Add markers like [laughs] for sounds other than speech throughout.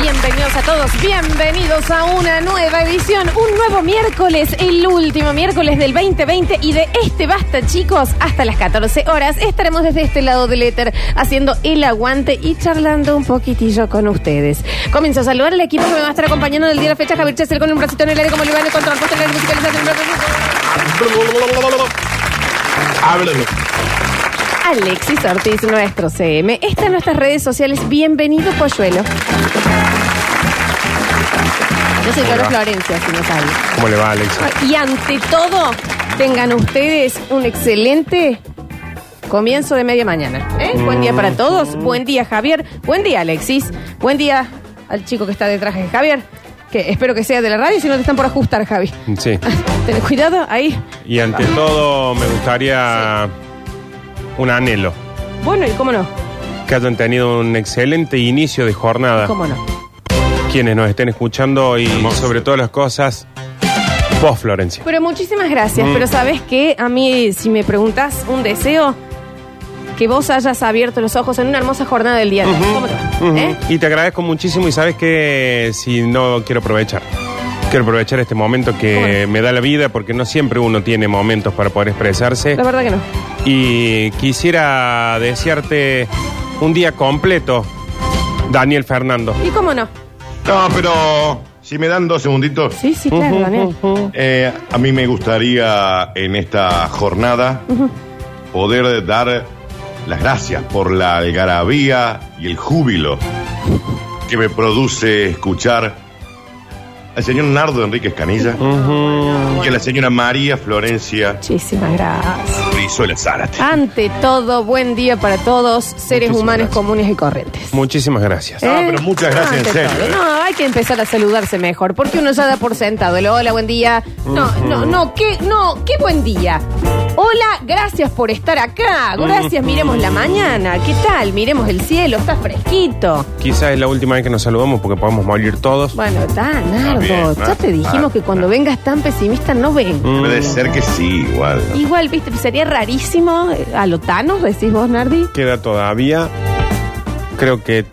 Bienvenidos a todos, bienvenidos a una nueva edición, un nuevo miércoles, el último miércoles del 2020 y de este basta chicos, hasta las 14 horas estaremos desde este lado del éter haciendo el aguante y charlando un poquitillo con ustedes. Comienzo a saludar al equipo que me va a estar acompañando en el día de la fecha, Javier Chesel con un bracito en el aire como le van a encontrar, puesto en el musicalización, un bracito. Háblalo. Alexis Ortiz, nuestro CM. Está en nuestras redes sociales. Bienvenido, Polluelo. Yo soy Flor Florencia, si no saben. ¿Cómo le va, Alex? Y ante todo, tengan ustedes un excelente comienzo de media mañana. ¿eh? Buen día para todos. Mm. Buen día, Javier. Buen día, Alexis. Buen día al chico que está detrás de Javier. Que espero que sea de la radio, si no te están por ajustar, Javi. Sí. Ten cuidado ahí. Y ante todo, me gustaría un anhelo. Bueno, ¿y cómo no? Que hayan tenido un excelente inicio de jornada. ¿Cómo no? Quienes nos estén escuchando y sobre todas las cosas, vos, Florencia. Pero muchísimas gracias. Mm. Pero sabes que a mí, si me preguntás un deseo, que vos hayas abierto los ojos en una hermosa jornada del día de hoy. ¿Cómo te va? Ujú. ¿Eh? Y te agradezco muchísimo y sabes que si no quiero aprovechar. Quiero aprovechar este momento que me da la vida porque no siempre uno tiene momentos para poder expresarse. La verdad que no. Y quisiera desearte un día completo, Daniel Fernando. ¿Y cómo no? No, pero si me dan dos segunditos, Sí, sí, claro, Daniel. eh, a mí me gustaría en esta jornada poder dar las gracias por la algarabía y el júbilo que me produce escuchar al señor Nardo Enríquez Canilla y a la señora María Florencia Muchísimas gracias. Rizuela Zárate. Ante todo, buen día para todos, seres Muchísimas humanos gracias. comunes y corrientes. Muchísimas Eh. gracias. No, Ah, pero muchas gracias, Ante en serio, todo. ¿eh? No, hay que empezar a saludarse mejor, porque uno ya da por sentado el hola, buen día. No, no, no, qué, no, qué buen día. Hola, gracias por estar acá. Gracias, miremos la mañana. ¿Qué tal? Miremos el cielo, está fresquito. Quizás es la última vez que nos saludamos porque podemos morir todos. Bueno, está, bien, Nardo. Ya ¿no? te dijimos Ah, que cuando vengas tan pesimista no vengas. Debe de ser que sí, igual. ¿no? Igual, viste, sería rarísimo eh, a lo Thanos, decís vos, Nardi. Queda todavía, creo que,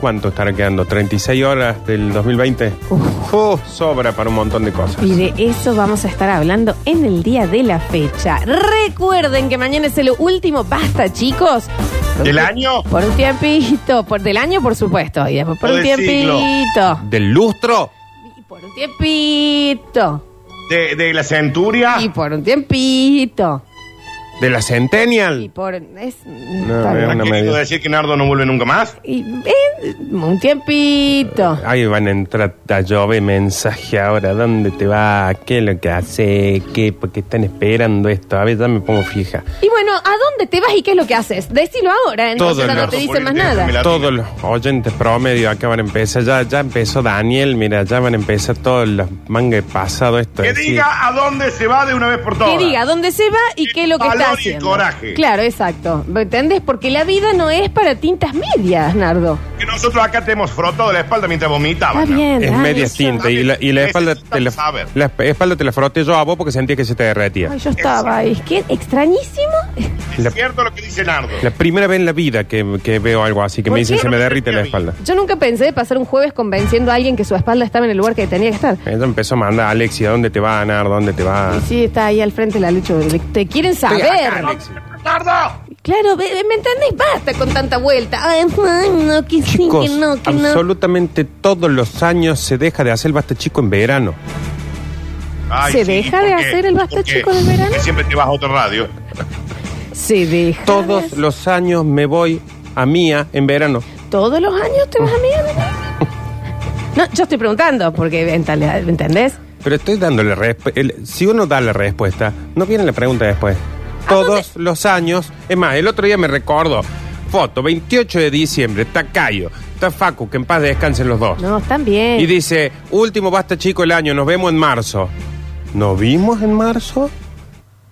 ¿cuánto estará quedando? ¿36 horas del 2020? Uf, sobra para un montón de cosas. Y de eso vamos a estar hablando en el día de la fecha. Recuerden que mañana es el último basta, chicos. Por ¿Del un- año? Por un tiempito, por del año, por supuesto. Y después por O un del siglo. tiempito. ¿Del lustro? Y por un tiempito. De, de la centuria. Y por un tiempito. ¿De la Y Centennial? por. Es, No, está bien. no. ¿Qué me quiero digas. decir que Nardo no vuelve nunca más? Y, eh, un tiempito. Ahí van a entrar a llover mensaje ahora. ¿Dónde te va? ¿Qué es lo que hace? ¿Qué? ¿Por qué están esperando esto? A ver, ya me pongo fija. Y bueno, ¿a dónde te vas y qué es lo que haces? Decilo ahora, entonces Todo ya no el te rato, dicen más porque nada. déjame la- Todos los oyentes promedio acá van a empezar. Ya, ya empezó Daniel, mira, ya van a empezar todos los mangas pasado esto. Que es decir, diga a dónde se va de una vez por Que todas. diga dónde se va y qué es lo que Valor está y haciendo. coraje. Claro, exacto. ¿Me entendés? Porque la vida no es para tintas medias, Nardo. Que nosotros acá te hemos frotado la espalda mientras vomitabas. Está ¿no? bien. Es Dani, media yo- cinta y la, y la Ese espalda sí te la, sabe. la esp- espalda te la froté yo a vos porque sentía que se te derretía. Ay, yo estaba ahí. ¿Qué? ¿Extrañísimo? [laughs] La- Es cierto lo que dice Nardo. La primera vez en la vida que, que veo algo así, que ¿Por me dicen qué? se me derrite la espalda. Yo nunca pensé de pasar un jueves convenciendo a alguien que su espalda estaba en el lugar que tenía que estar. Ella empezó a mandar, Alexia, ¿dónde te va, Nar? ¿Dónde te va? Y sí, está ahí al frente la lucha. Te quieren saber. Alexia. ¡Nardo! Claro, ve- ve- ¿me entendés? Basta con tanta vuelta. Ay, ay, no, que sí, Chicos, que no, que no. absolutamente todos los años se deja de hacer el basta chico en verano. Ay, ¿Se deja de hacer el basta porque- chico en el verano? porque siempre te vas a otra radio. Se deja. Todos de- los años me voy a mía en verano. ¿Todos los años te vas a mirar? [laughs] No, yo estoy preguntando, porque entale- entendés? Pero estoy dándole respuesta. Si uno da la respuesta, no viene la pregunta después. Todos los años. Es más, el otro día me recuerdo. Foto, 28 de diciembre, está Cayo, está Facu, que en paz descansen los dos. No, están bien. Y dice, último basta chico el año, nos vemos en marzo. ¿Nos vimos en marzo?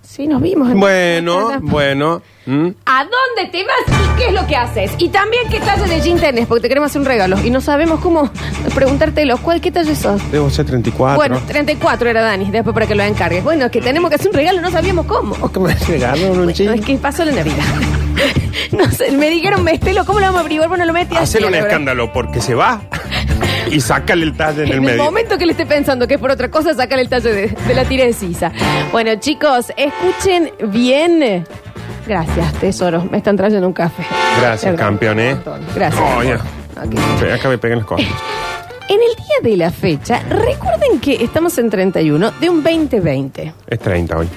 sí, nos vimos. en- Bueno, bueno. ¿Mm? ¿A dónde te vas y qué es lo que haces? Y también qué talle de jean tenés, porque te queremos hacer un regalo. Y no sabemos cómo preguntártelo. ¿Cuál, qué talle sos? Debo ser 34. Bueno, 34 era Dani, después para que lo encargues. Bueno, es que tenemos que hacer un regalo, no sabíamos cómo. ¿Qué me regalaron un No, es chiste? que pasó la Navidad. [laughs] no sé, me dijeron, Mestelo, ¿cómo lo vamos a averiguar? Bueno, lo metí así, Hacer la un verdad. [laughs] escándalo porque se va. y sácale el talle en, En el el medio. momento que le esté pensando que es por otra cosa, sacar el talle de, de la tira de sisa. Bueno, chicos, escuchen bien. Gracias, tesoro. Me están trayendo un café. Gracias, Perdón, campeón, ¿eh? un montón. Gracias. Oh, ya. Ok. Pe- Acá me pegan las cosas. En el día de la fecha, recuerden que estamos en 31 de un 2020. Es 30 hoy.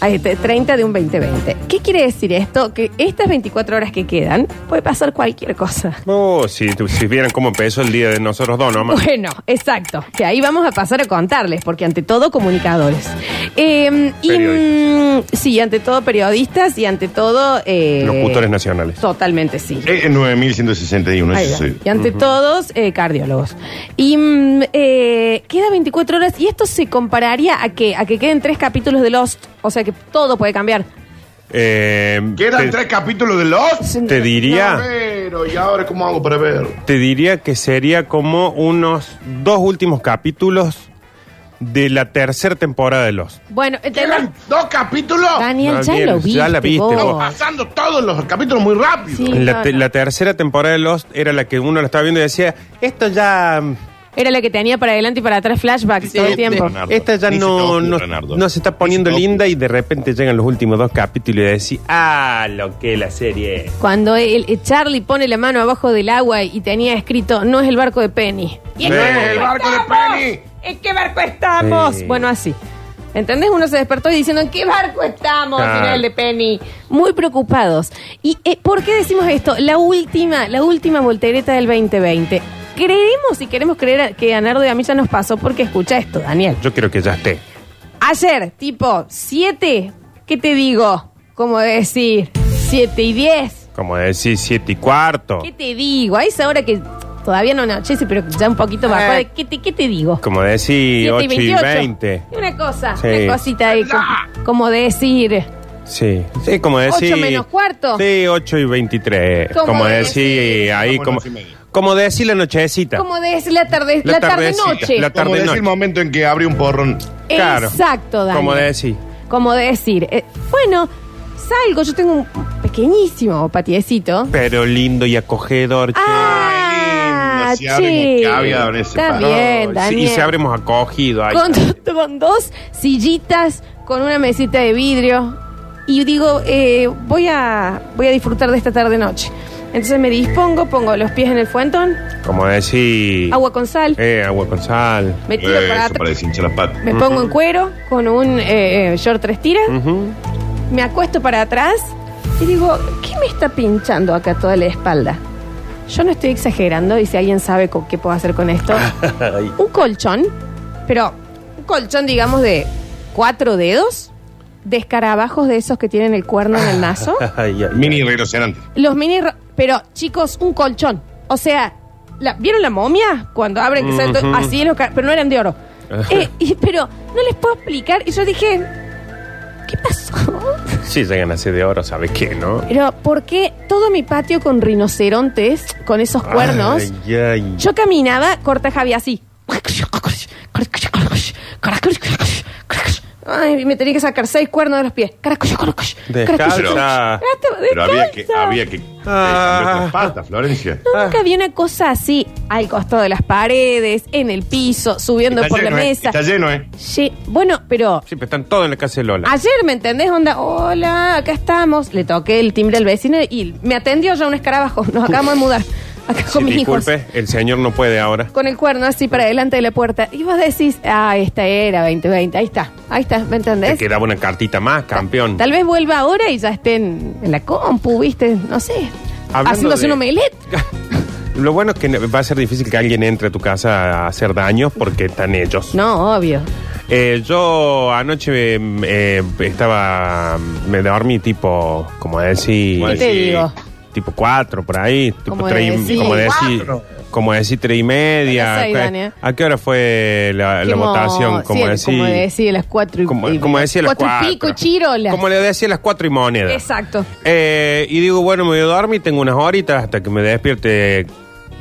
Ah, este, 30 de un 2020. ¿Qué quiere decir esto? Que estas 24 horas que quedan puede pasar cualquier cosa. Oh, si, tu- si vieran cómo empezó el día de nosotros dos nomás. Bueno, exacto. Que ahí vamos a pasar a contarles, porque ante todo comunicadores. Eh, y, Periodistas. mm, sí, ante todo periodistas y ante todo... eh, Locutores nacionales. Totalmente, sí. Eh, 9161, Ahí va. eso sí. Y ante todos, eh, cardiólogos. Y mm, eh, queda 24 horas y esto se compararía a que, a que queden tres capítulos de Lost. O sea que todo puede cambiar. Eh, Quedan te- tres capítulos de los. Te diría. Pero, ¿y ahora cómo hago para ver? Te diría que sería como unos dos últimos capítulos de la tercera temporada de Los. Bueno, ¿entendés? ¿Quedan dos capítulos? Daniel, ya Daniel, lo viste. ya la viste vos. vos. Pasando todos los capítulos muy rápido. Sí. La, no, te- no. la tercera temporada de Lost era la que uno la estaba viendo y decía, esto ya, Era la que tenía para adelante y para atrás flashbacks Sí, todo el sí. tiempo. Leonardo, esta ya ni se te no, ocurra, no, Leonardo. no se está poniendo Ni se te linda y de repente llegan los últimos dos capítulos y decís, ah, lo que la serie es. Cuando el, el Charlie pone la mano abajo del agua y tenía escrito, no es el barco de Penny. Y qué Sí. No es el barco de estamos? Penny. ¿En qué barco estamos? Sí. Bueno, así. ¿Entendés? Uno se despertó y diciendo, ¿en qué barco estamos? Claro. Era el de Penny. Muy preocupados. ¿Y eh, por qué decimos esto? La última, la última voltereta del 2020. Creemos y queremos creer a- que a Nardo y a mí ya nos pasó porque escucha esto, Daniel. Yo creo que ya esté. Ayer, tipo 7, ¿qué te digo? Como decir, 7 y 10. Como decir siete y cuarto. ¿Qué te digo? A esa hora que todavía no anochece, pero ya un poquito bajó. Eh. ¿Qué te, qué te digo? Como decir 7 ocho y y 28. veinte. Una cosa, Sí. una cosita ahí. co- Como, decir, Sí, sí, como decir. Ocho menos cuarto. Sí, 8 y 23. Como Como, decir- decir, ahí, Como como, ocho y media. como decir la nochecita. como decir la tarde, la, La tarde tardecita, noche. la- Como Tarde, decir noche. el momento en que abre un porrón. Claro. Exacto, Dani. Como decir. Como decir, eh, bueno, salgo, yo tengo un pequeñísimo patiecito. Pero lindo y acogedor. che. Ah, lindo, si abrimos che. cabida en ese Está parado. Sí, bien, y Daniel. si habremos acogido ahí. con, do- con dos sillitas, con una mesita de vidrio. Y digo, eh, voy, a, voy a disfrutar de esta tarde-noche. Entonces me dispongo, pongo los pies en el fuentón, Como decir. agua con sal, Eh, agua con sal. me tiro para Eso, atrás, para deshinchar las patas. me pongo en cuero con un eh, eh, short tres tiras, Ujú. me acuesto para atrás y digo, ¿qué me está pinchando acá toda la espalda? Yo no estoy exagerando y si alguien sabe co- qué puedo hacer con esto, Ay. un colchón, pero un colchón, digamos, de cuatro dedos, de escarabajos de esos que tienen el cuerno en el naso. [laughs] Ay, ay, Mini relocerante. Los mini. ro- Pero, chicos, un colchón. O sea, la- ¿vieron la momia? Cuando abren, que sale todo- Ujú. Ah. así en los. car- Pero no eran de oro. Eh, y- pero no les puedo explicar. Y yo dije, ¿qué pasó? ay. Sí, llegan así de oro, ¿sabes qué, no? Pero, ¿por qué todo mi patio con rinocerontes, con esos cuernos? Ay, ay. Yo caminaba, corta Javi, así. Ay, me tenía que sacar seis cuernos de los pies. Descalza. Trato de Pero había que, descalza. había que Ah. Ah. eh, cambiar las patas, Florencia. No, Nunca vi una cosa así al costado de las paredes, en el piso, subiendo Está por lleno, la eh. mesa. Está lleno, ¿eh? Sí, bueno, pero Sí, pero están todos en la casa de Lola. ayer, ¿me entendés? Onda, hola, acá estamos. Le toqué el timbre al vecino y me atendió ya un escarabajo. Nos acabamos de mudar. Acá Sí, con mis hijos. disculpe, el señor no puede ahora. con el cuerno así para delante de la puerta. Y vos decís, ah, esta era 2020, ahí está, ahí está, ¿me Te entendés? quedaba una cartita más, campeón. Tal vez vuelva ahora y ya esté en, en la compu, viste, no sé, Hablando haciéndose de- un omelette. [laughs] Lo bueno es que ne- va a ser difícil que alguien entre a tu casa a hacer daños porque están ellos. No, obvio. Eh, yo anoche mm, eh, estaba. Me dormí tipo, como ¿Qué decir. Pues te sí. digo? Tipo cuatro por ahí. Tipo Como tres y- decir. como decir. Como decir tres y media. A las seis, ¿A qué- Daniel. ¿A qué hora fue la, la Como- votación? sí, Como decir. ¿eh? Como decir, las cuatro y Como, y- como decía las cuatro. cuatro. y pico, chirola. Como le decía las cuatro y moneda. Exacto. Eh, y digo, bueno, me voy a dormir, tengo unas horitas hasta que me despierte,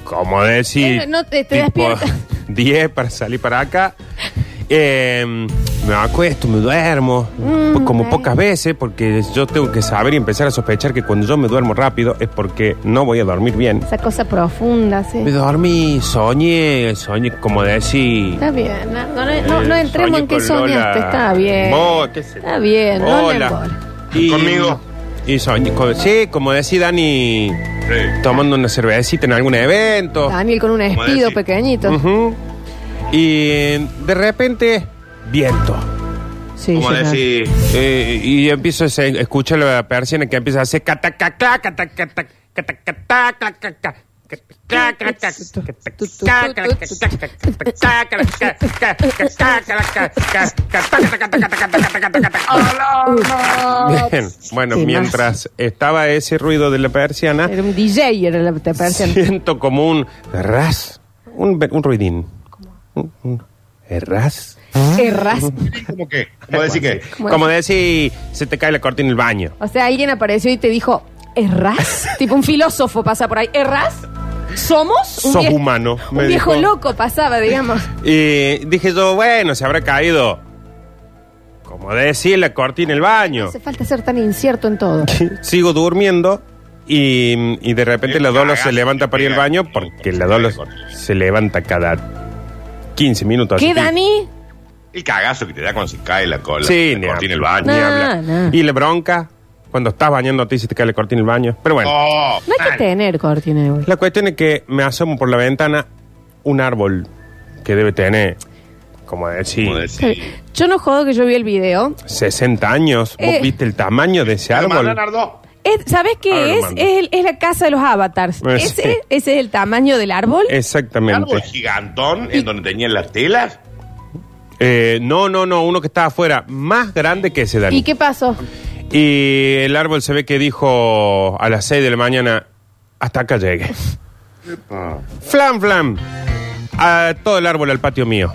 como decir, [laughs] Eh, no, te- te despierta. 10 para salir para acá. Eh, me acuesto, me duermo, po- como ay. pocas veces, porque yo tengo que saber y empezar a sospechar que cuando yo me duermo rápido es porque no voy a dormir bien. Esa cosa profunda, sí. Me dormí, soñé, soñé, como decir... Está bien, no, no, no- no eh, entremos soñé en qué con soñaste, Lola. está bien. Vos, qué sé. Está bien, no le Hola. embole. Y- ¿Conmigo? Y soñé, con- sí, como decía Dani, tomando una cervecita en algún evento. Daniel con un ¿Cómo espido decir? pequeñito. Ujú. Y de repente, viento. Sí, Como señor. decir, Eh, y yo empiezo a se- escucho la persiana que empieza a hacer catacacla, catacata, catacata, clacaca, catacacla, Bien, bueno, Temazo. mientras estaba ese ruido de la persiana, Era un DJ, era la te parecen. siento como un ras, un, be- un ruidín. Un- un ras. Erras. ¿cómo qué? ¿Cómo decir qué? Bueno. Como decir, se te cae la cortina en el baño. O sea, alguien apareció y te dijo, ¿erras? tipo un filósofo pasa por ahí, ¿erras? ¿Somos? Un Sos vie- humano, me Un viejo dijo. loco pasaba, digamos. Y dije yo, bueno, se habrá caído. Como decir, la cortina en el baño. No hace falta ser tan incierto en todo. Sigo durmiendo y, y de repente la Dolo se levanta para ir al baño porque la Dolo se levanta cada 15 minutos. ¿Qué, así. Dani? El cagazo que te da cuando se cae la cola. Sí, la ni cortina, el hablar, baño. ni No, hablar. no. Y la bronca, cuando estás bañándote y se te cae la cortina en el baño. Pero bueno, Oh, No hay que man. tener cortina de vuelta. la cuestión es que me asomo por la ventana un árbol que debe tener, como decir, ¿Cómo decir? Yo no jodo que yo vi el video. 60 años. ¿Vos Eh. viste el tamaño de ese Lo árbol? mandan, Nardo. Es- ¿Sabés Ahora lo qué es? mando. Es, el- es la casa de los avatars. Eh, Ese, sí. ese es el tamaño del árbol. El Exactamente. árbol gigantón en donde tenían las telas. Eh, no, no, no, uno que estaba afuera, más grande que ese Dani. ¿Y qué pasó? Y el árbol se ve que dijo a las 6 de la mañana, hasta acá llegue. Flam, flam. A todo el árbol al patio mío.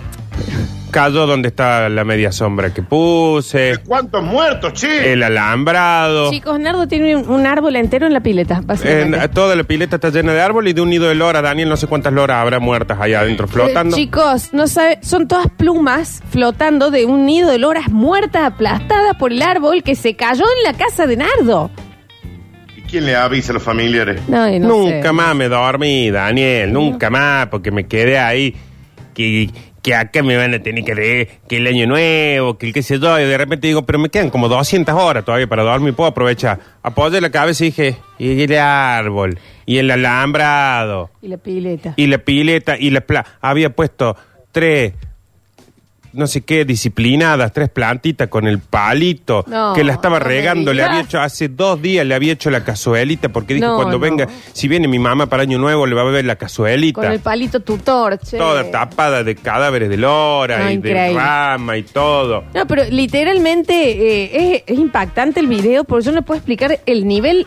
Cayó donde está la media sombra que puse, ¿Cuántos muertos, che? el alambrado. Chicos, Nardo tiene un, un árbol entero en la pileta, En- básicamente. toda la pileta está llena de árbol y de un nido de lora. Daniel, no sé cuántas loras habrá muertas allá adentro flotando. Eh, chicos, no sabe, son todas plumas flotando de un nido de loras muertas aplastadas por el árbol que se cayó en la casa de Nardo. ¿Y quién le avisa a los familiares? No, y no nunca sé. más me dormí, Daniel, nunca más, porque me quedé ahí. Que, que acá me van a tener que leer que el año nuevo, que el qué sé yo. Y de repente digo, pero me quedan como 200 horas todavía para dormir, puedo aprovechar. Apoyé la cabeza y dije, y el árbol, y el alambrado, Y la pileta. y la pileta, y la pla. Había puesto tres. No sé qué, disciplinadas, tres plantitas con el palito No, que la estaba no me regando. Le digas. había hecho hace dos días, le había hecho la cazuelita porque dije No, cuando no. venga, si viene mi mamá para Año Nuevo, le va a ver la cazuelita. Con el palito tutor, che. Toda tapada de cadáveres de lora No, y de increíble. rama y todo. No, pero literalmente eh, es, es impactante el video porque yo no puedo explicar el nivel.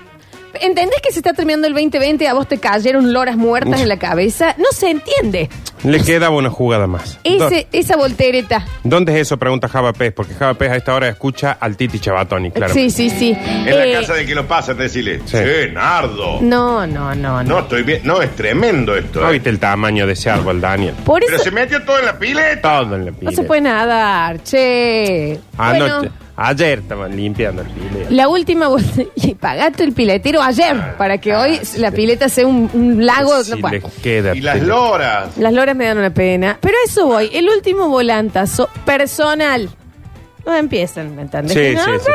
¿Entendés que se está terminando el 2020 y a vos te cayeron loras muertas en la cabeza? No se entiende. Le quedaba una jugada más. Ese, esa voltereta. Do- ¿Dónde es eso? Pregunta Java Pez, porque Java Pez a esta hora escucha al Titi Chabatoni, claro. Sí, sí, sí. En Eh, la casa de que lo pasa, te decirle, Sí. che, Nardo. No. No, no, no, no. estoy bien. No, es tremendo esto. ¿No eh. viste el tamaño de ese árbol, Daniel? Por Pero eso se metió todo en la pileta. Todo en la no se pileta. puede nadar, che. Anoche, Bueno, ayer estaban limpiando el pileta. la última volte- [laughs] y pagate el piletero ayer para que hoy Ah, la pileta sea un, un lago. Si no, bueno. les queda Y las pileta. loras. Las loras me dan una pena. Pero a eso voy. El último volantazo personal. No empiezan, ¿me entiendes? Sí, No, sí, no, sí.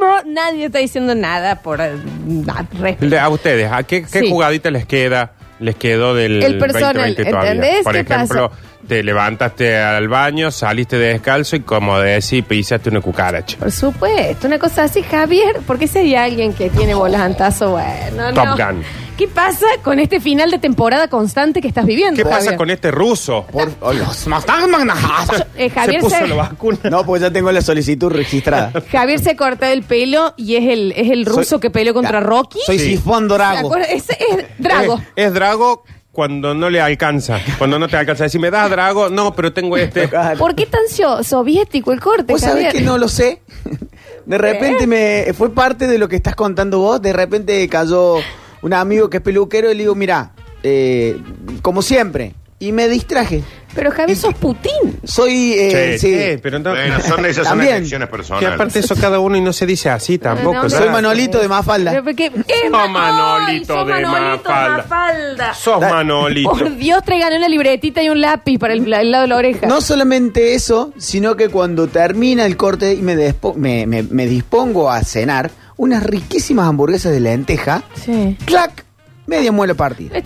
no, no. Nadie está diciendo nada por eh, na- respeto. Le- A ustedes, ¿a qué, qué Sí. jugadita les queda? Les quedó del El personal, 2020 todavía. ¿entendés? Por ¿Qué ejemplo, te levantaste al baño, saliste descalzo y como decís, pisaste una cucaracha. Por supuesto, una cosa así, Javier, ¿por qué si hay alguien que tiene volantazo? Bueno, Top no. Gun. ¿Qué pasa con este final de temporada constante que estás viviendo? ¿Qué pasa Javier? con este ruso? Por oh, los magnajas. Eh, Javier se puso se- la vacuna. [laughs] No, pues ya tengo la solicitud registrada. Javier se corta el pelo y es el, es el ruso Soy- que peleó contra Ya. Rocky. Soy Eh, Sí. Sifón ¿Te Dorago. acuerdas? Ese [laughs] es Drago. Es, es Drago cuando no le alcanza. Cuando no te alcanza. Si me das Drago, no, pero tengo este. Claro. ¿Por qué tan so- soviético el corte, Vos sabés Javier? que no lo sé. De repente me fue parte de lo que estás contando vos. De repente cayó un amigo que es peluquero y le digo, mira, eh, como siempre. Y me distraje. Pero Javier, sos Putin. Soy. eh, Sí, sí. eh, pero no- Bueno, son, esas son También. elecciones que personales. aparte eso cada uno y no se dice así tampoco. no, Soy claro. Manolito de Mafalda. Pero porque- es Sos Ma- Manolito ¡Ay, sos de Manolito Mafalda. Mafalda. Sos Da- Manolito. Por Dios, traigan una libretita y un lápiz para el, el lado de la oreja. No solamente eso, sino que cuando termina el corte y me, despo- me, me- me dispongo a cenar, unas riquísimas hamburguesas de lenteja. Sí. ¡Clac! Media muela partida.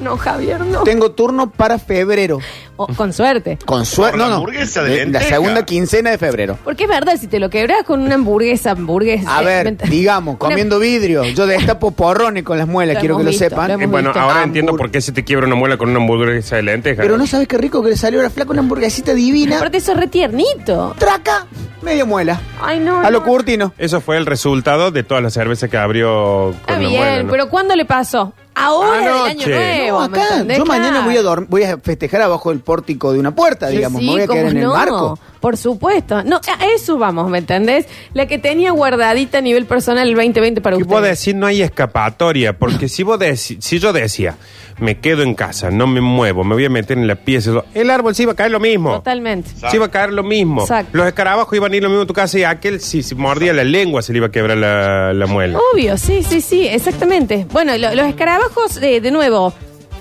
No, Javier, no. Tengo turno para febrero. O- Oh, con suerte. Con suerte. Por No, la no. Eh, hamburguesa de la lenteja. segunda quincena de febrero. Porque es verdad, si te lo quebras con una hamburguesa, hamburguesa. A ver, Inventa- digamos, Una- comiendo vidrio. Yo destapo porrones con las muelas, Lo quiero que hemos lo visto, lo sepan. Eh, hemos bueno, visto. ahora Hambur- entiendo por qué se te quiebra una muela con una hamburguesa de lenteja. Pero no sabes qué rico que le salió a la flaca una hamburguesita divina. Aparte, sos re tiernito. Traca, media muela. Ay, no. A lo no. curtino. Eso fue el resultado de todas las cervezas que abrió con Está la bien, muela, ¿no? pero ¿cuándo le pasó? Ahora del año Anoche. nuevo. No, ¿me acá, entendés? yo mañana Claro. voy a dormir, voy a festejar abajo del pórtico de una puerta, Sí, digamos. sí, me voy a quedar cómo en el no. barco. Por supuesto. No, a eso vamos, ¿me entendés? La que tenía guardadita a nivel personal el 2020 para Y ustedes. vos decís, no hay escapatoria, porque si vos deci- si yo decía, me quedo en casa, no me muevo, me voy a meter en la pieza, eso, el árbol se iba a caer lo mismo. Totalmente. Se iba a caer lo mismo. Exacto. Los escarabajos iban a ir lo mismo a tu casa y aquel, si, si mordía la lengua, se le iba a quebrar la, [laughs] la muela. Obvio, sí, sí, sí, exactamente. Bueno, lo- los escarabajos, eh, de nuevo,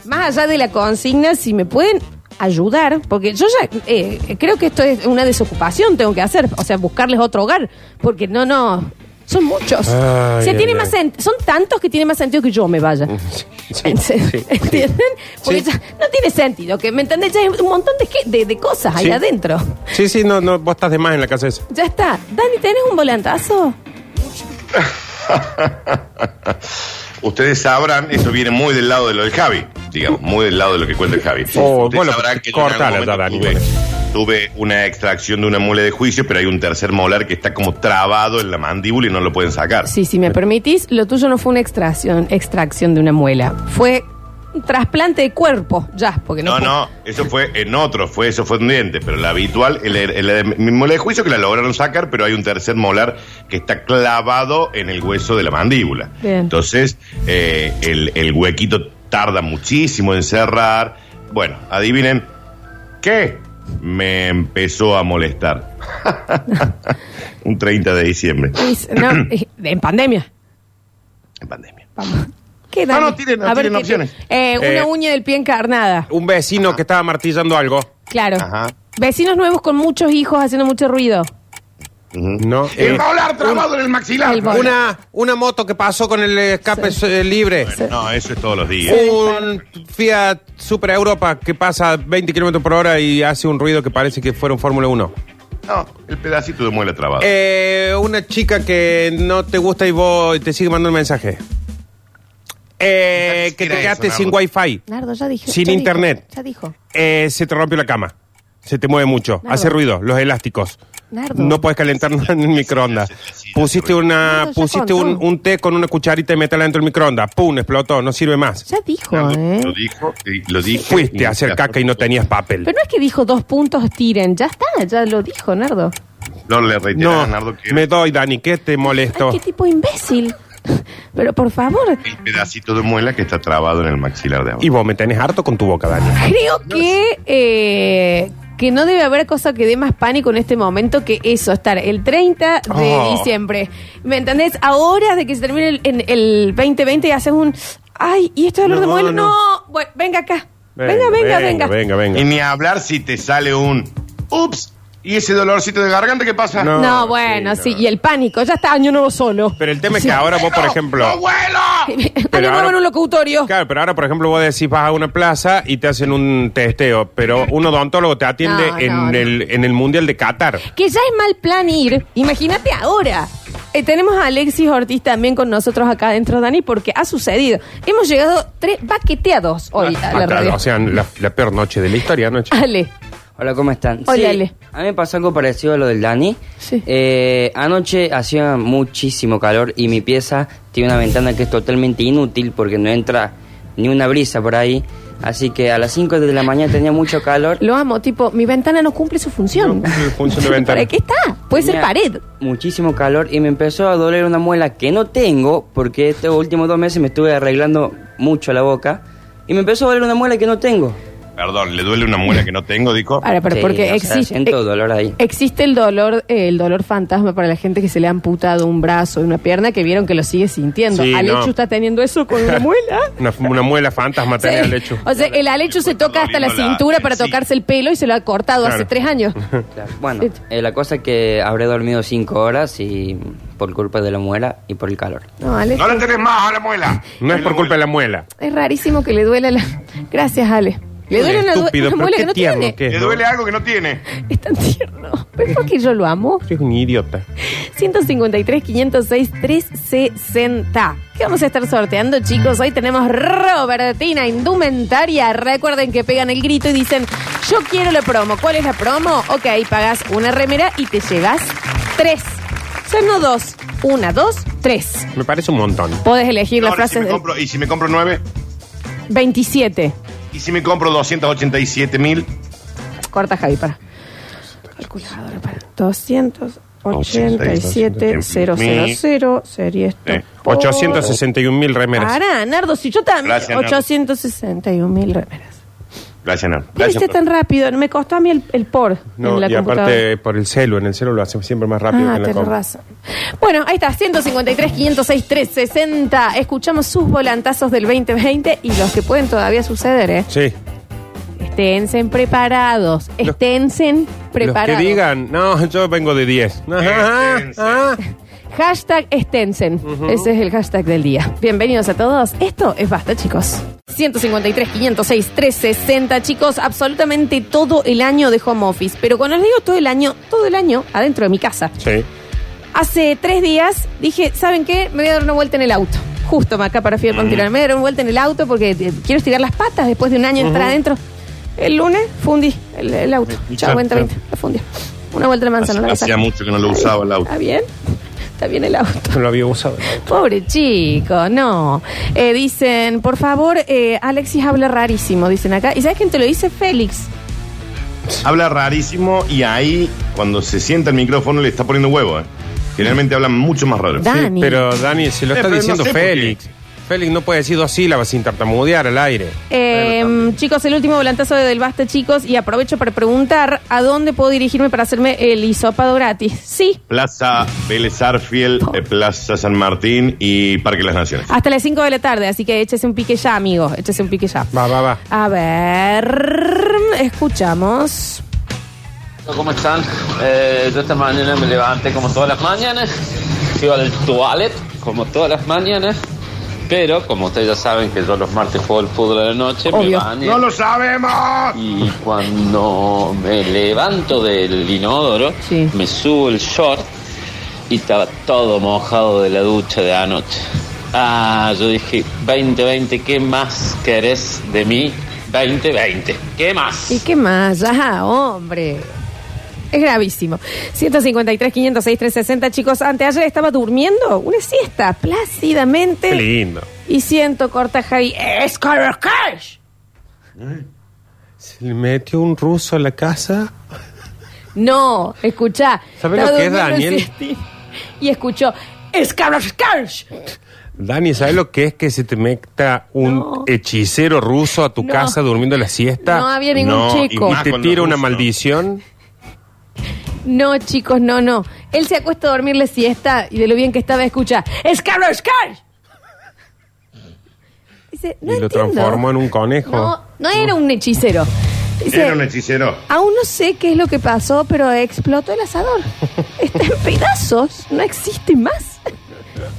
más allá de la consigna, si me pueden ayudar, porque yo ya eh, creo que esto es una desocupación, tengo que hacer, o sea, buscarles otro hogar, porque no, no, son muchos. Ay, o sea, ay, tiene ay. más sen- son tantos que tiene más sentido que yo me vaya. [laughs] Sí, sí, sí. ¿Entienden? Porque Sí. ya no tiene sentido, que me entendés, ya hay un montón de, que- de, de cosas ahí Sí. adentro. Sí, sí, no, no, vos estás de más en la casa esa. Ya está. Dani, ¿tenés un volantazo? [laughs] Ustedes sabrán, esto viene muy del lado de lo del Javi, digamos, muy del lado de lo que cuenta el Javi. Oh, Ustedes bueno, sabrán yo en algún cortala, momento Dani, tuve, tuve una extracción de una mole de juicio, pero hay un tercer molar que está como trabado en la mandíbula y no lo pueden sacar. Sí, si me permitís, lo tuyo no fue una extracción, extracción de una muela. Fue un trasplante de cuerpo, ya, porque no. No, fue- no, eso fue en otro, fue eso fue un diente, pero la habitual, el, el- el- mi mole de juicio que la lograron sacar, pero hay un tercer molar que está clavado en el hueso de la mandíbula. Bien. Entonces, eh, el, el huequito tarda muchísimo en cerrar. Bueno, adivinen qué me empezó [laughs] a molestar. un 30 de diciembre, Es- no, [clears throat] es- en pandemia. en pandemia. Vamos. ¿Qué, No, Dani? no, tienen- no tienen ¿qué- opciones. eh, una Eh, uña del pie encarnada. Un vecino que estaba martillando algo. Claro. Ajá. Vecinos nuevos con muchos hijos haciendo mucho ruido. Ujú. No, El eh, molar trabado en el maxilar. El molar. una, una moto que pasó con el escape eh, libre. No, eso es todos los días. Un Fiat Super Europa que pasa a 20 kilómetros por hora y hace un ruido que parece que fuera un Fórmula 1. No, el pedacito de muela trabado. Eh, una chica que no te gusta y vos te sigue mandando un mensaje. Eh, que te Era quedaste eso, sin Nardo. wifi. Nardo, ya dije. Sin ya dijo, internet. ya dijo. Eh, se te rompió la cama. Se te mueve mucho. Nardo. Hace ruido. Los elásticos. Nardo. No puedes calentar nada en el microondas. Pusiste una, Nardo, ya pusiste un, contó. un té con una cucharita de metal dentro del microondas. Pum, explotó. No sirve más. Ya dijo, Fernando, ¿eh? Lo dijo, eh, lo dije. este Fuiste a hacer caca y no tenías papel. Pero no es que dijo dos puntos tiren. Ya está, ya lo dijo, Nardo. No le reiteraba No, a Nardo que me doy, Dani, que te molesto. Ay, qué tipo de imbécil. [laughs] Pero por favor. el pedacito de muela que está trabado en el maxilar de abajo. Y vos me tenés harto con tu boca, Dani. Creo que, eh, que no debe haber cosa que dé más pánico en este momento que eso, estar el 30 de Oh. diciembre. ¿Me entendés? A horas de que se termine el, en el 2020 y haces un... Ay, ¿y esto es dolor de No, muela? No, no. Bueno, venga acá. Venga, venga, venga. Venga, venga. Y ni hablar si te sale un ups y ese dolorcito de garganta que pasa. No. No, bueno, sí, sí, no. y el pánico, ya está año nuevo solo. Pero el tema es que ahora vos, por ¡No ejemplo. vuelo! [laughs] año nuevo ahora- en un locutorio. Claro, pero ahora, por ejemplo, vos decís vas a una plaza y te hacen un testeo, pero un odontólogo te atiende No, no, en, no. El, en el Mundial de Qatar. Que ya es mal plan ir. Imagínate ahora. Eh, tenemos a Alexis Ortiz también con nosotros acá adentro, Dani, porque ha sucedido. Hemos llegado tres baqueteados hoy a la Ah, claro, radio. o sea, la, la peor noche de la historia anoche. Ale. Hola, ¿cómo están? Hola, Ale. A mí me pasó algo parecido a lo del Dani. Sí. Eh, anoche hacía muchísimo calor y mi pieza tiene una ventana que es totalmente inútil porque no entra ni una brisa por ahí. Así que a las 5 de la mañana tenía mucho calor. Lo amo, tipo, mi ventana no cumple su función. No cumple su función de [laughs] ¿Para ventana. qué está? Puede ser Tenía pared. Muchísimo calor y me empezó a doler una muela que no tengo porque estos últimos dos meses me estuve arreglando mucho la boca y me empezó a doler una muela que no tengo. Perdón, ¿le duele una muela que no tengo, Dico? Ahora, pero Sí, o porque sea, existe. siento eh, dolor ahí. Existe el dolor, eh, el dolor fantasma para la gente que se le ha amputado un brazo, una pierna, que vieron que lo sigue sintiendo. Sí, Alechu no. está teniendo eso con [laughs] una muela. Una, una muela fantasma Sí. tenía el hecho. O sea, el Alechu se Está toca hasta la doliendo la cintura para encía. tocarse el pelo y se lo ha cortado hace Claro. tres [laughs] años. Claro. Bueno, Sí. eh, la cosa es que habré dormido cinco horas y por culpa de la muela y por el calor. No, Alechu, ¡No la tenés más a la muela! No es por culpa de la muela. es rarísimo que le duela la... Gracias, Ale. Le Qué duele una, due- estúpido, una [laughs] pero muela qué que no tierno tiene. que es, Le ¿no? duele algo que no tiene. Es tan tierno. Pero porque yo lo amo. Sí, Es un idiota. 153 506 360. ¿Qué vamos a estar sorteando, chicos? Hoy tenemos Robertina Indumentaria. Recuerden que pegan el grito y dicen, yo quiero la promo. ¿Cuál es la promo? Ok, pagas una remera y te llevas tres. O sea, no dos. Una, dos, tres. Me parece un montón. Podés elegir la Ahora, si frase me del compro- ¿Y si me compro nueve? 27. ¿Y si me compro 287 mil? Corta, Javi, para. Calculadora, para. 287 000 sería esto. Eh, por- 861 mil remeras. Para, Nardo, si yo también. Gracias, Nardo. 861 mil remeras. Gracias, Nan. ¿Por qué Gracias. viste tan rápido? Me costó a mí el, el por No, en la y computadora. aparte por el celu, en el celu lo hacen siempre más rápido Ah, que en la tenés compu. razón. Bueno, ahí está, 153, 506, 360. Escuchamos sus volantazos del 2020 y los que pueden todavía suceder, ¿eh? Sí. Esténse preparados, esténse preparados. Los que digan, no, yo vengo de 10. Ajá, Esténse. ah. Hashtag Stensen. Ese es el hashtag del día. Bienvenidos a todos. Esto es Basta, chicos. 153, 506, 360. Chicos, absolutamente todo el año de home office. Pero cuando les digo todo el año, todo el año adentro de mi casa. Sí. Hace tres días dije, ¿saben qué? Me voy a dar una vuelta en el auto. Justo me acá para Fidel Pontirón. Me voy a dar una vuelta en el auto porque eh, quiero estirar las patas después de un año de estar adentro. El lunes fundí el, el auto. Y Chao, ya- entra, ya. vente. Lo fundí. Una vuelta de manzana. no la Hacía saco. mucho que no lo usaba el auto. Está bien. Está bien el auto. No lo había usado. Pobre chico, no. Eh, dicen, por favor, eh, Alexis habla rarísimo, dicen acá. ¿Y sabes quién te lo dice? Félix. Habla rarísimo y ahí, cuando se sienta el micrófono, le está poniendo huevo. ¿eh? Generalmente hablan mucho más raro. Da- Dani. pero Dani, se lo Eh, está pero no diciendo sé por qué. Félix. Félix no puede decir "Oh, dos sílabas sin tartamudear al aire. Eh, chicos, el último volantazo del Basta, chicos, y aprovecho para preguntar, ¿a dónde puedo dirigirme para hacerme el hisopado gratis? Sí, Plaza Vélez Arfiel, eh, Plaza San Martín y Parque Las Naciones. hasta las 5 de la tarde, así que échese un pique ya, amigo, échese un pique ya. Va, va, va. A ver, escuchamos. ¿Cómo están? Eh, yo esta mañana me levanté como todas las mañanas, fui al toilet como todas las mañanas, pero como ustedes ya saben que yo los martes juego el fútbol a la noche, me Obvio. bañé ¡No lo sabemos! y cuando me levanto del inodoro, Sí. me subo el short y estaba todo mojado de la ducha de anoche. Ah, yo dije, 2020, ¿qué más querés de mí? 2020, ¿qué más? ¿Y qué más? Ya, hombre. Es gravísimo. 153, 506, 360, chicos. Anteayer estaba durmiendo una siesta Qué plácidamente. lindo. Y siento, corta Javi, ¡Es Carlos Cash! Se le metió un ruso a la casa. No, escuchá. ¿Sabe Estaba lo que es, durmiendo en Daniel? siestín. Y escuchó, ¡Es Carlos Cash! Dani, ¿sabes lo que es que se te meta un No. hechicero ruso a tu No. casa durmiendo la siesta? No había ningún No, y chico. más Te con los tira una rusos. maldición. No, chicos, no, no. Él se acuesta a dormirle siesta y de lo bien que estaba escucha, ¡Es Carlos Cash! Dice, no Y lo entiendo. transformó en un conejo. No, no era un hechicero. Dice, Era un hechicero. aún no sé qué es lo que pasó, pero explotó el [laughs] asador. Está en pedazos, no existe más. [laughs]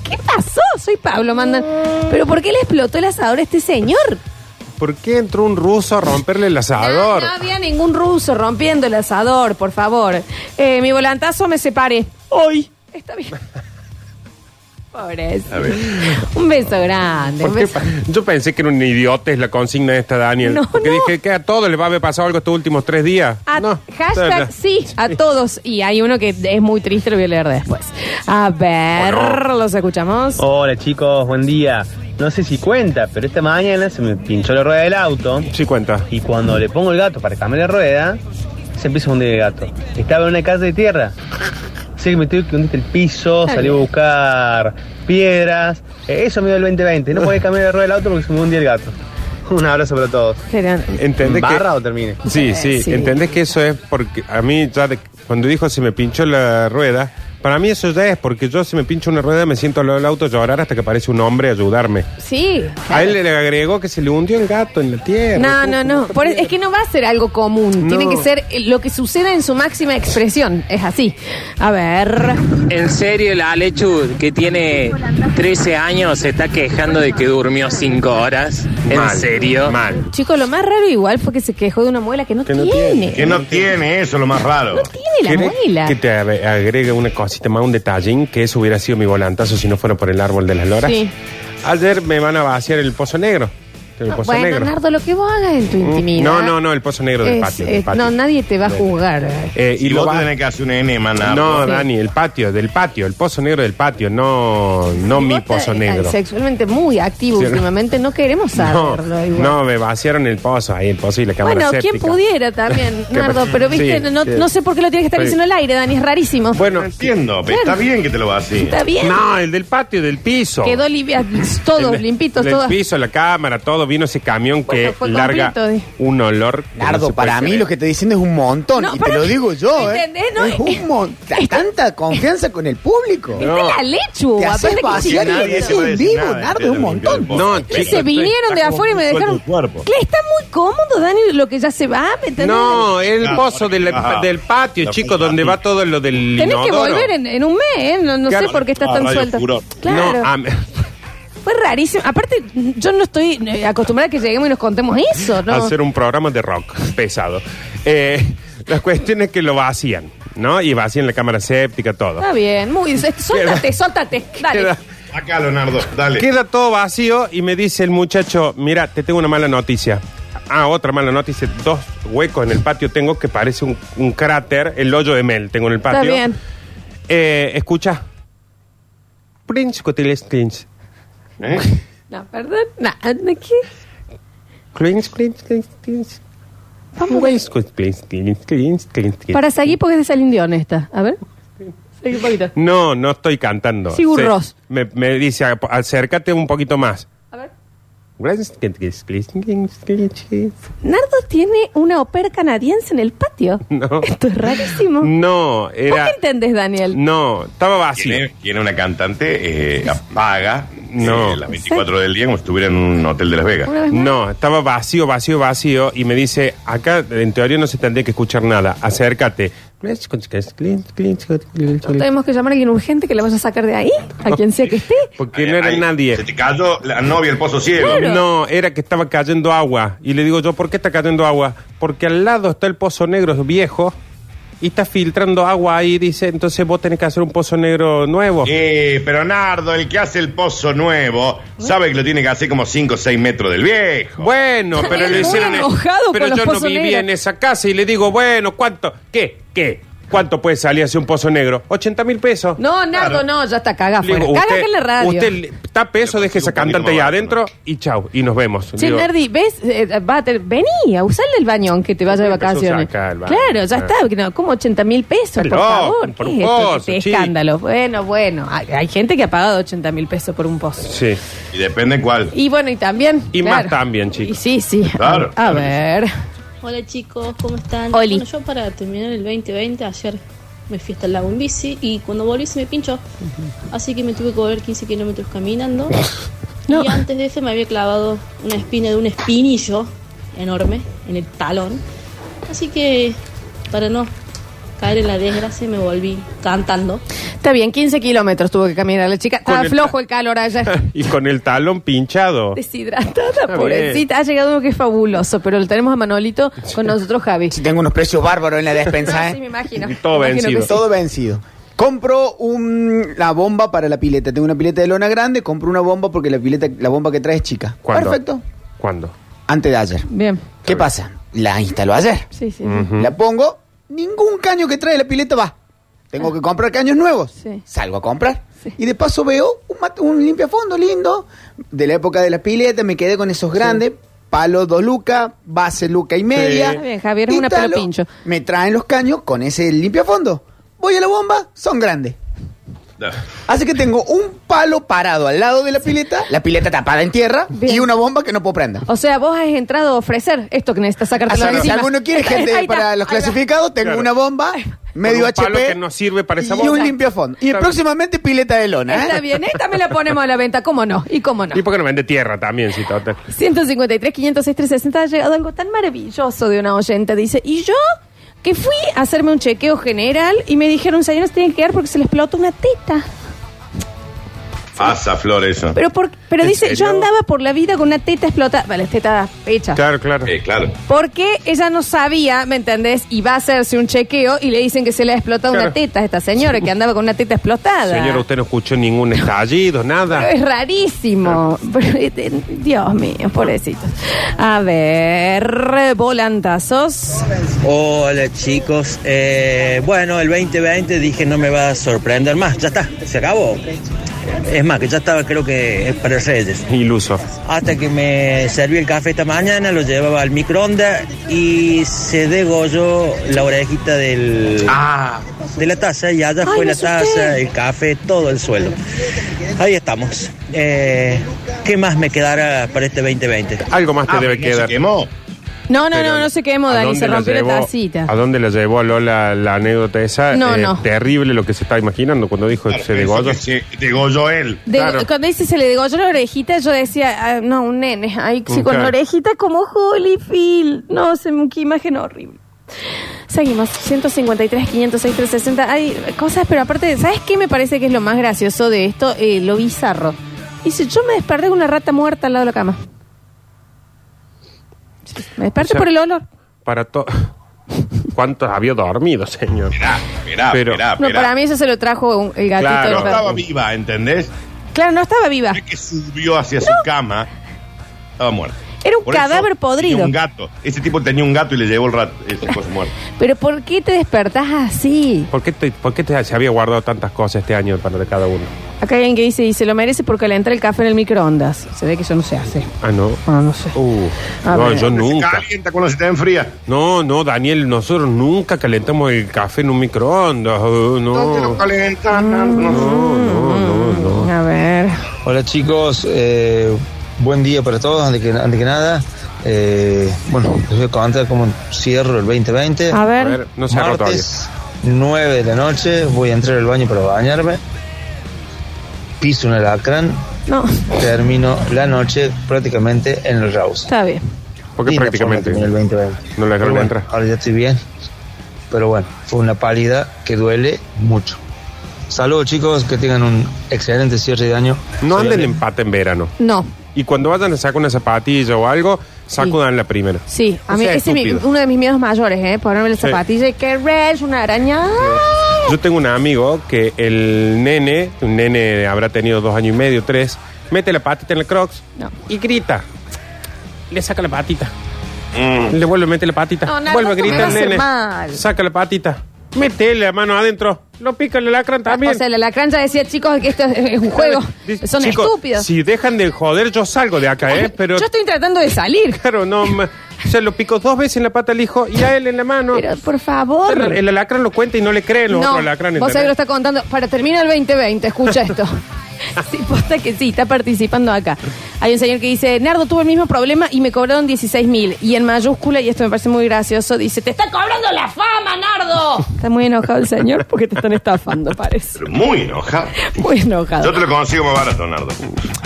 ¿Qué pasó? Soy Pablo, mandan. ¿Pero por qué le explotó el asador a este señor? ¿Por qué entró un ruso a romperle el No, asador? no había ningún ruso rompiendo el asador, por favor. Eh, mi volantazo me separé. Hoy. Está [laughs] bien. Pobres. A ver. Un beso grande. Un ¿Por qué beso. pa- Yo pensé que era un idiota es la consigna de esta Daniel. No, porque no. dije que a todos les va a haber pasado algo estos últimos tres días. A- No. hashtag sí, a todos. Y hay uno que es muy triste, lo voy a leer después. A ver, los escuchamos. Oh. Hola chicos, buen día. No sé si cuenta, pero esta mañana se me pinchó la rueda del auto Sí cuenta. y cuando le pongo el gato para cambiar la rueda, se empieza a hundir el gato. Estaba en una casa de tierra. Así que me tuve que hundir el piso, Está salí a bien. buscar piedras. Eh, Eso me dio el 2020. No podía cambiar la rueda del auto porque se me hundía el gato. Un abrazo para todos. Pero- ¿Entendés ¿Barra que, o termine? Sí, sí, Sí. entendés que eso es porque a mí ya de- cuando dijo se me pinchó la rueda, para mí eso ya es porque yo si me pincho una rueda me siento al lado del auto a llorar hasta que aparece un hombre a ayudarme. Sí. A él le agregó que se le hundió el gato en la tierra. No, no, no. Por- e, es que no va a ser algo común. No. Tiene que ser eh, lo que suceda en su máxima expresión. Es así. A ver. En serio, la Alechu, que tiene 13 años, se está quejando de que durmió 5 horas. En Mal, serio. Mal. Chico, lo más raro igual fue que se quejó de una muela que no, Que no tiene. tiene. Que no tiene eso, lo más raro. Tiene la ¿Querés muela. Que te ave- agregue una cosita más, un detallín, que eso hubiera sido mi volantazo si no fuera por el árbol de las loras. Sí. Ayer me van a vaciar el pozo negro. El No, pozo Ah, bueno, negro. Mm. Nardo, lo que vos hagas en tu intimidad. No, no, no, el pozo negro del es- patio, es- del patio. No, nadie te va a Del- juzgar. Eh, Y y lo vos va- tenés que hacer un enema, nada. No, Sí. Dani, el patio, del patio, el pozo negro del patio, no, no mi Vos pozo estás, negro. Sexualmente muy activo Sí, no. últimamente, no queremos [laughs] No, saberlo. igual. no, me vaciaron el pozo ahí, el pozo y la cámara Bueno, quien séptica. pudiera [laughs] también, Qué Nardo, pa- pero viste, sí, no, sí. no sé por qué lo tienes que estar Sí. diciendo al aire, Dani, es rarísimo. Bueno, No entiendo, pero Claro. está bien que te lo va así. Está bien. no, el del patio, del piso. Quedó limpia, todos El- limpitos, el todas. piso, la cámara, todo. Vino ese camión Bueno, que fue larga completo, di. un olor. que no Nardo, se para puede mí creer. lo que te diciendo es un montón. No, y te para lo mí- digo yo, ¿eh? ¿Entendés? No, es [laughs] un montón. Tanta confianza con el público. No. Viste la lechu, Te aparte haces que vaciar y chiquito. lo nadie decís te va a en decir vivo, nada, Nardo, te es lo un limpió el montón. pozo. No, Que chicos. se vinieron de Está afuera y me como dejaron. tu cuerpo. Claro, está muy cómodo, Dani, lo que ya se va, ¿me entendés? No, el Ah, pozo del, ah, del patio, la chico, puta. donde va todo lo del Tenés que inodoro. volver en, en un mes, ¿eh? No, no Claro. sé por qué está Ah, tan radio suelto. furor. Claro. No, a mí- Fue rarísimo. Aparte, yo no estoy eh, acostumbrada a que lleguemos y nos contemos eso, ¿no? hacer un programa de rock pesado. Eh, la cuestión es que lo vacían, ¿no? Y vacían la cámara séptica, todo. Está bien, muy. eh, Suéltate, suéltate. Dale. Queda, Acá, Leonardo, dale. queda todo vacío y me dice el muchacho, mira, te tengo una mala noticia. Ah, otra mala noticia, dos huecos en el patio tengo que parece un, un cráter, el hoyo de Mel tengo en el patio. Está bien. Eh, escucha. Prince Cotiles Clinch. ¿Eh? No, perdón. No, ¿de ¿qué? Clinch, clinch, clinch, clinch. Clinch, clinch, clinch, clinch, clinch. Para seguir, porque es de honesta. A ver. Seguí un poquito. No, no estoy cantando. Sigur Se- Rós. Me, me dice, "Ap- acércate un poquito más. A ver. Nardo tiene una oper canadiense en el patio. [laughs] No. Esto es rarísimo. No, ¿Por era. qué entendés, Daniel? No, estaba vacío. Tiene, tiene una cantante eh, paga No. eh, las 24 del día como si estuviera en un hotel de Las Vegas. Una vez más. No, estaba vacío, vacío, vacío. Y me dice, acá en teoría no se tendría que escuchar nada. Acércate. Tenemos que llamar a alguien urgente que la vaya a sacar de ahí, a quien sea que esté. Porque no era Ahí, nadie. Se te cayó este la novia el pozo ciego. No, era que estaba cayendo agua. Y le digo yo, ¿por qué está cayendo agua? Porque al lado está el pozo negro viejo y está filtrando agua ahí. Dice, entonces vos tenés que hacer un pozo negro nuevo. Eh, pero Nardo, el que hace el pozo nuevo, sabe que lo tiene que hacer como 5 o 6 metros del viejo. Bueno, pero Muy le hicieron. enojado con pero los yo no pozos vivía negros. en esa casa y le digo, bueno, ¿cuánto? ¿Qué? ¿Qué? ¿Cuánto puede salir hacia un pozo negro? ¿80 mil pesos? No, Nardo, no, ya está, caga Le afuera. digo, Caga acá en la radio. Usted le- tape eso, Le deje esa consigo un cantante ahí poquito más adentro barato, y chau, y nos vemos. Che, Digo, Nardi, ¿ves? Eh, va a tener- vení a usarle el bañón que te vaya de Empezó a usar vacaciones. acá el baño. Ah. claro, ya está. que no, como 80 mil pesos, Está por loco, favor. por ¿Qué un es esto? pozo, Qué chico. escándalo. Bueno, bueno. Hay, hay gente que ha pagado 80 mil pesos por un pozo. Sí. Y depende cuál. Y bueno, y también. Y más también, Y chicos. sí, sí. Claro, A, claro que ver. Hola chicos, ¿cómo están? Oli. Bueno, yo para terminar el 2020, ayer me fui hasta el lago en bici y cuando volví se me pinchó. Así que me tuve que volver 15 kilómetros caminando. [laughs] No. Y antes de eso me había clavado una espina de un espinillo enorme en el talón. Así que para no caer en la desgracia me volví cantando. Está bien, 15 kilómetros tuvo que caminar la chica. Con Estaba el- flojo el calor [laughs] allá. y con el talón pinchado. Deshidratada, bien. pobrecita. Ha llegado uno que es fabuloso, pero lo tenemos a Manolito con nosotros, Javi. Si tengo unos precios bárbaros en la [laughs] despensa, Sí, ¿eh? me imagino. Y [laughs] todo Me imagino que vencido. sí. Todo vencido. Compro un- la bomba para la pileta. Tengo una pileta de lona grande, compro una bomba porque la pileta, la bomba que trae es chica. ¿Cuándo? Perfecto. ¿Cuándo? Antes de ayer. Bien. ¿Qué pasa? La instaló ayer. Sí, sí. La pongo, ningún caño que trae la pileta va. Tengo que comprar caños nuevos. Sí. Salgo a comprar. Sí. Y de paso veo un, mat- un limpiafondo lindo de la época de las piletas. Me quedé con esos grandes. Palo dos lucas, base luca y media. Está bien, Javier, es una Instalo, pelo pincho. Me traen los caños con ese limpiafondo. Voy a la bomba, son grandes. Así que tengo un palo parado al lado de la pileta, la pileta tapada en tierra Bien. y una bomba que no puedo prender. O sea, vos has entrado a ofrecer esto que necesitas sacarte Así la que Ah, si alguno quiere gente para los clasificados, tengo Claro. una bomba, medio Con un HP palo que no sirve para esa y bomba. un limpiafondo. Y Está bien. próximamente pileta de lona. ¿eh? Está bien, esta me la ponemos a la venta, ¿cómo no? ¿Y cómo no? ¿Y por qué no vende tierra también, si total? 153, 506, 360 ha llegado algo tan maravilloso de una oyenta. Dice, y yo que fui a hacerme un chequeo general y me dijeron, señores, tienen que quedar porque se les explotó una teta. Pasa, Flor, eso. Pero, por- pero ¿En dice, yo serio? andaba por la vida con una teta explotada. Vale, teta hecha. Claro, claro. Eh, claro. Porque ella no sabía, ¿me entendés? Y va a hacerse un chequeo y le dicen que se le ha explotado Claro. una teta a esta señora, que andaba con una teta explotada. Señora, usted no escuchó ningún estallido, nada. Pero [laughs] es rarísimo. Dios mío, pobrecito. A ver, volantazos. Hola chicos, Eh, bueno, el 2020 dije no me va a sorprender más, ya está, se acabó. Es más, que ya estaba creo que para Reyes. Iluso. Hasta que me serví el café esta mañana, lo llevaba al microondas y se degolló la orejita del, Ah. de la taza y allá Ay, fue me la asusté. taza, el café, todo el suelo. Ahí estamos. Eh, ¿Qué más me quedará para este 2020? Algo más te Ah, debe ¿no quedar. Se quemó. No, no, Pero, no, no se quemó, ¿a Dani, dónde se la rompió la llevó- tacita. ¿A dónde la llevó a Lola la anécdota esa? No, no. Terrible lo que se está imaginando cuando dijo que Claro, se pensó degolló. que Se degolló él. De- Claro. Cuando dice se le degolló la orejita, yo decía, ah, no, un nene. Ay, sí, con Claro. la orejita como Holyfield. No, se me, qué imagen horrible. Seguimos, 153, 506, 360. Hay cosas, pero aparte, ¿sabes qué me parece que es lo más gracioso de esto? Eh, lo bizarro. Dice, yo me desperté con una rata muerta al lado de la cama. Me desperté O sea, por el olor. Para [laughs] todo. ¿Cuántos había dormido, señor? Mirá, mirá, Pero- mirá, No, Ah, mirá. para mí eso se lo trajo un- el gatito. Claro, del No perro. estaba viva, ¿entendés? Claro, no estaba viva. Es que subió hacia su cama. Estaba muerta. Era un Por eso cadáver tenía podrido. Un gato. Ese tipo tenía un gato y le llevó el rato. Esa cosa muerta. Pero ¿por qué te despertás así? ¿Por qué, te- por qué te- se había guardado tantas cosas este año para cada uno? Acá hay alguien que dice, y se lo merece porque le entra el café en el microondas. Se ve que eso no se hace. Ah, no. Ah, no sé. Uh, A no, ver. yo Se [laughs] nunca. calienta cuando se te enfría. No, no, Daniel, nosotros nunca calentamos el café en un microondas. uh, No te lo no. calentan. no, no. No, no, no, no. Mm, A ver. Hola chicos, eh, buen día para todos, antes que, antes que nada. eh, bueno, les voy a contar cómo cierro el 2020. A Eh, A ver. ver, no se ha roto Martes, 9 de la noche, voy a entrar al baño para bañarme. Piso un alacrán, No, termino la noche prácticamente en el Raus. está bien. Porque Linda prácticamente. forma de terminar el 2020. No le dejaron Pero bueno, entrar. Ahora ya estoy bien. Pero bueno, fue una pálida que duele mucho. Saludos chicos, que tengan un excelente cierre de año. No Soy anden Ariel. en pata en verano. No, Y cuando vayan a sacar una zapatilla o algo, sacudan la primera. sí. A No mí sea ese es mi- estúpido. uno de mis miedos mayores, ¿eh? Ponerme la zapatilla y que rash, una araña. Yo tengo un amigo que el nene, un nene habrá tenido dos años y medio, tres, mete la patita en el crocs No. y grita. Mm. Le saca la patita. Le vuelve a meter la patita. No, Nardo, vuelve a esto gritar me va a el hacer nene. mal. Saca la patita. Mete la mano adentro. Lo pica el alacrán también. O sea, la lacrancha decía, chicos, que esto es, es un juego. Dice, Son "Chicos, estúpidos. Si dejan de joder, yo salgo de acá, ¿eh? Pero Yo estoy tratando de salir. claro, no. ma- Se lo picó dos veces en la pata al hijo y a él en la mano. Pero, por Pero favor. el alacrán lo cuenta y no le creen los no, otros alacranes. vos sabés que lo ¿entendés? está contando. Para terminar el 2020, escucha esto. sí, posta que sí, está participando acá. Hay un señor que dice, Nardo, tuve el mismo problema y me cobraron 16 mil. Y en mayúscula, y esto me parece muy gracioso, dice, te está cobrando la fama, Nardo. Está muy enojado el señor porque te están estafando, parece. Pero muy enojado. Muy enojado. Yo te lo consigo más barato, Nardo.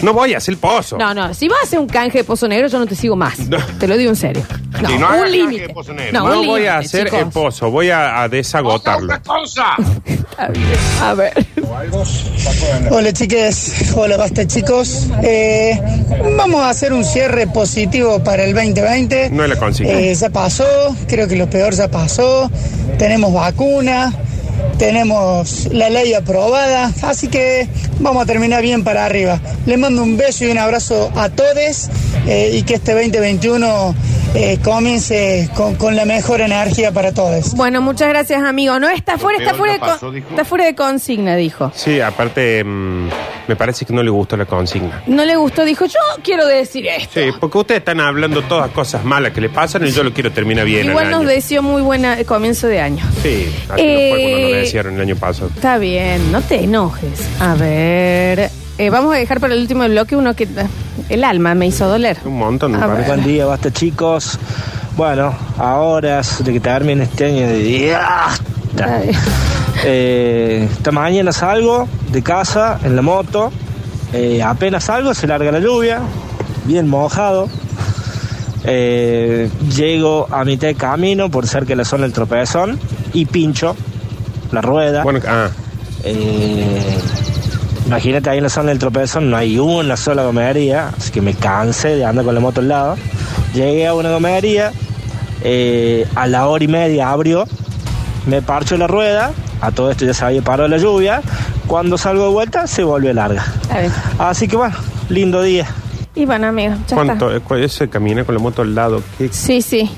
No voy a hacer pozo. No, no, si vas a hacer un canje de pozo negro, yo no te sigo más. No. Te lo digo en serio. No, Y no hagas un canje de límite. pozo negro. No un voy límite, a hacer chicos. el pozo, voy a, a desagotarlo. cosa! Está bien, A ver. Hola chiques, hola basta chicos. Eh, vamos a hacer un cierre positivo para el 2020. No es la consigna. Eh, ya pasó, creo que lo peor ya pasó. Tenemos vacuna, tenemos la ley aprobada, así que vamos a terminar bien para arriba. Les mando un beso y un abrazo a todos y que este 2021 eh, comience con, con la mejor energía para todos. Bueno, muchas gracias, amigo. No, está fuera, está peor fuera, ya de, con- pasó, dijo. está fuera de consigna, dijo. Sí, aparte, mm, Me parece que no le gustó la consigna. No le gustó, dijo, yo quiero decir esto. Sí, porque ustedes están hablando todas cosas malas que le pasan y yo lo quiero terminar bien. Igual el nos año. deseó muy buena el comienzo de año. Sí, así no fue cuando Eh, nos desearon el año pasado. Está bien, no te enojes. A ver, eh, vamos a dejar para el último bloque uno que... eh, El alma me hizo doler. Un montón, me A parece. ver. Buen día, basta chicos. Bueno, a horas de que termine este año de día. Ay. Eh, esta mañana salgo de casa en la moto. Eh, apenas salgo, se larga la lluvia, bien mojado. Eh, llego a mitad de camino, por cerca de la zona del tropezón, y pincho la rueda. Bueno, ah, Eh, imagínate ahí en la zona del tropezón, no hay una sola gomería, así que me cansé de andar con la moto al lado. Llegué a una gomería, eh, a la hora y media abrió, me parcho la rueda, a todo esto ya se había parado la lluvia, cuando salgo de vuelta se vuelve larga. Está bien. Así que bueno, lindo día. Y bueno, amigo, ya ¿cuánto? está. eh, cu- Ese camina con la moto al lado. ¿Qué? Sí, sí.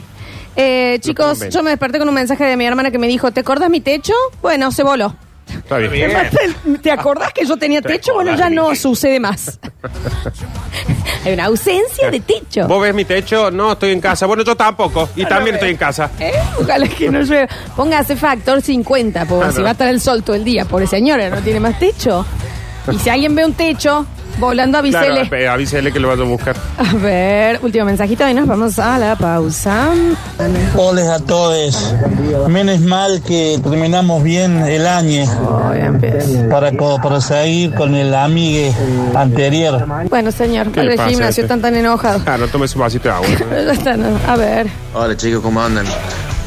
Eh, chicos, convence. yo me desperté con un mensaje de mi hermana que me dijo, ¿te acordás mi techo? Bueno, se voló. Está bien. [laughs] ¿Te acordás que yo tenía Te techo? Bueno, ya acordás, no mi- sucede más. Hay una ausencia de techo. ¿Vos ves mi techo? No, estoy en casa. Bueno, yo tampoco. Ah, Y también estoy en casa. ¿Eh? Ojalá que no llueva. Póngase factor 50, porque Ah, si no. va a estar el sol todo el día, pobre señora, no tiene más techo. Y si alguien ve un techo, volando avísele. Claro, eh, avísele que lo vaya a buscar. a ver, último mensajito y nos vamos a la pausa. Hola a todos. Menos mal que terminamos bien el año para, co- para seguir con el amigue anterior. Bueno, señor, ¿Qué al le pasa a gimnasio este? están tan enojados. Claro, tome su vasito de agua. Pero ya está, no. [laughs] A ver. Hola chicos, ¿cómo andan?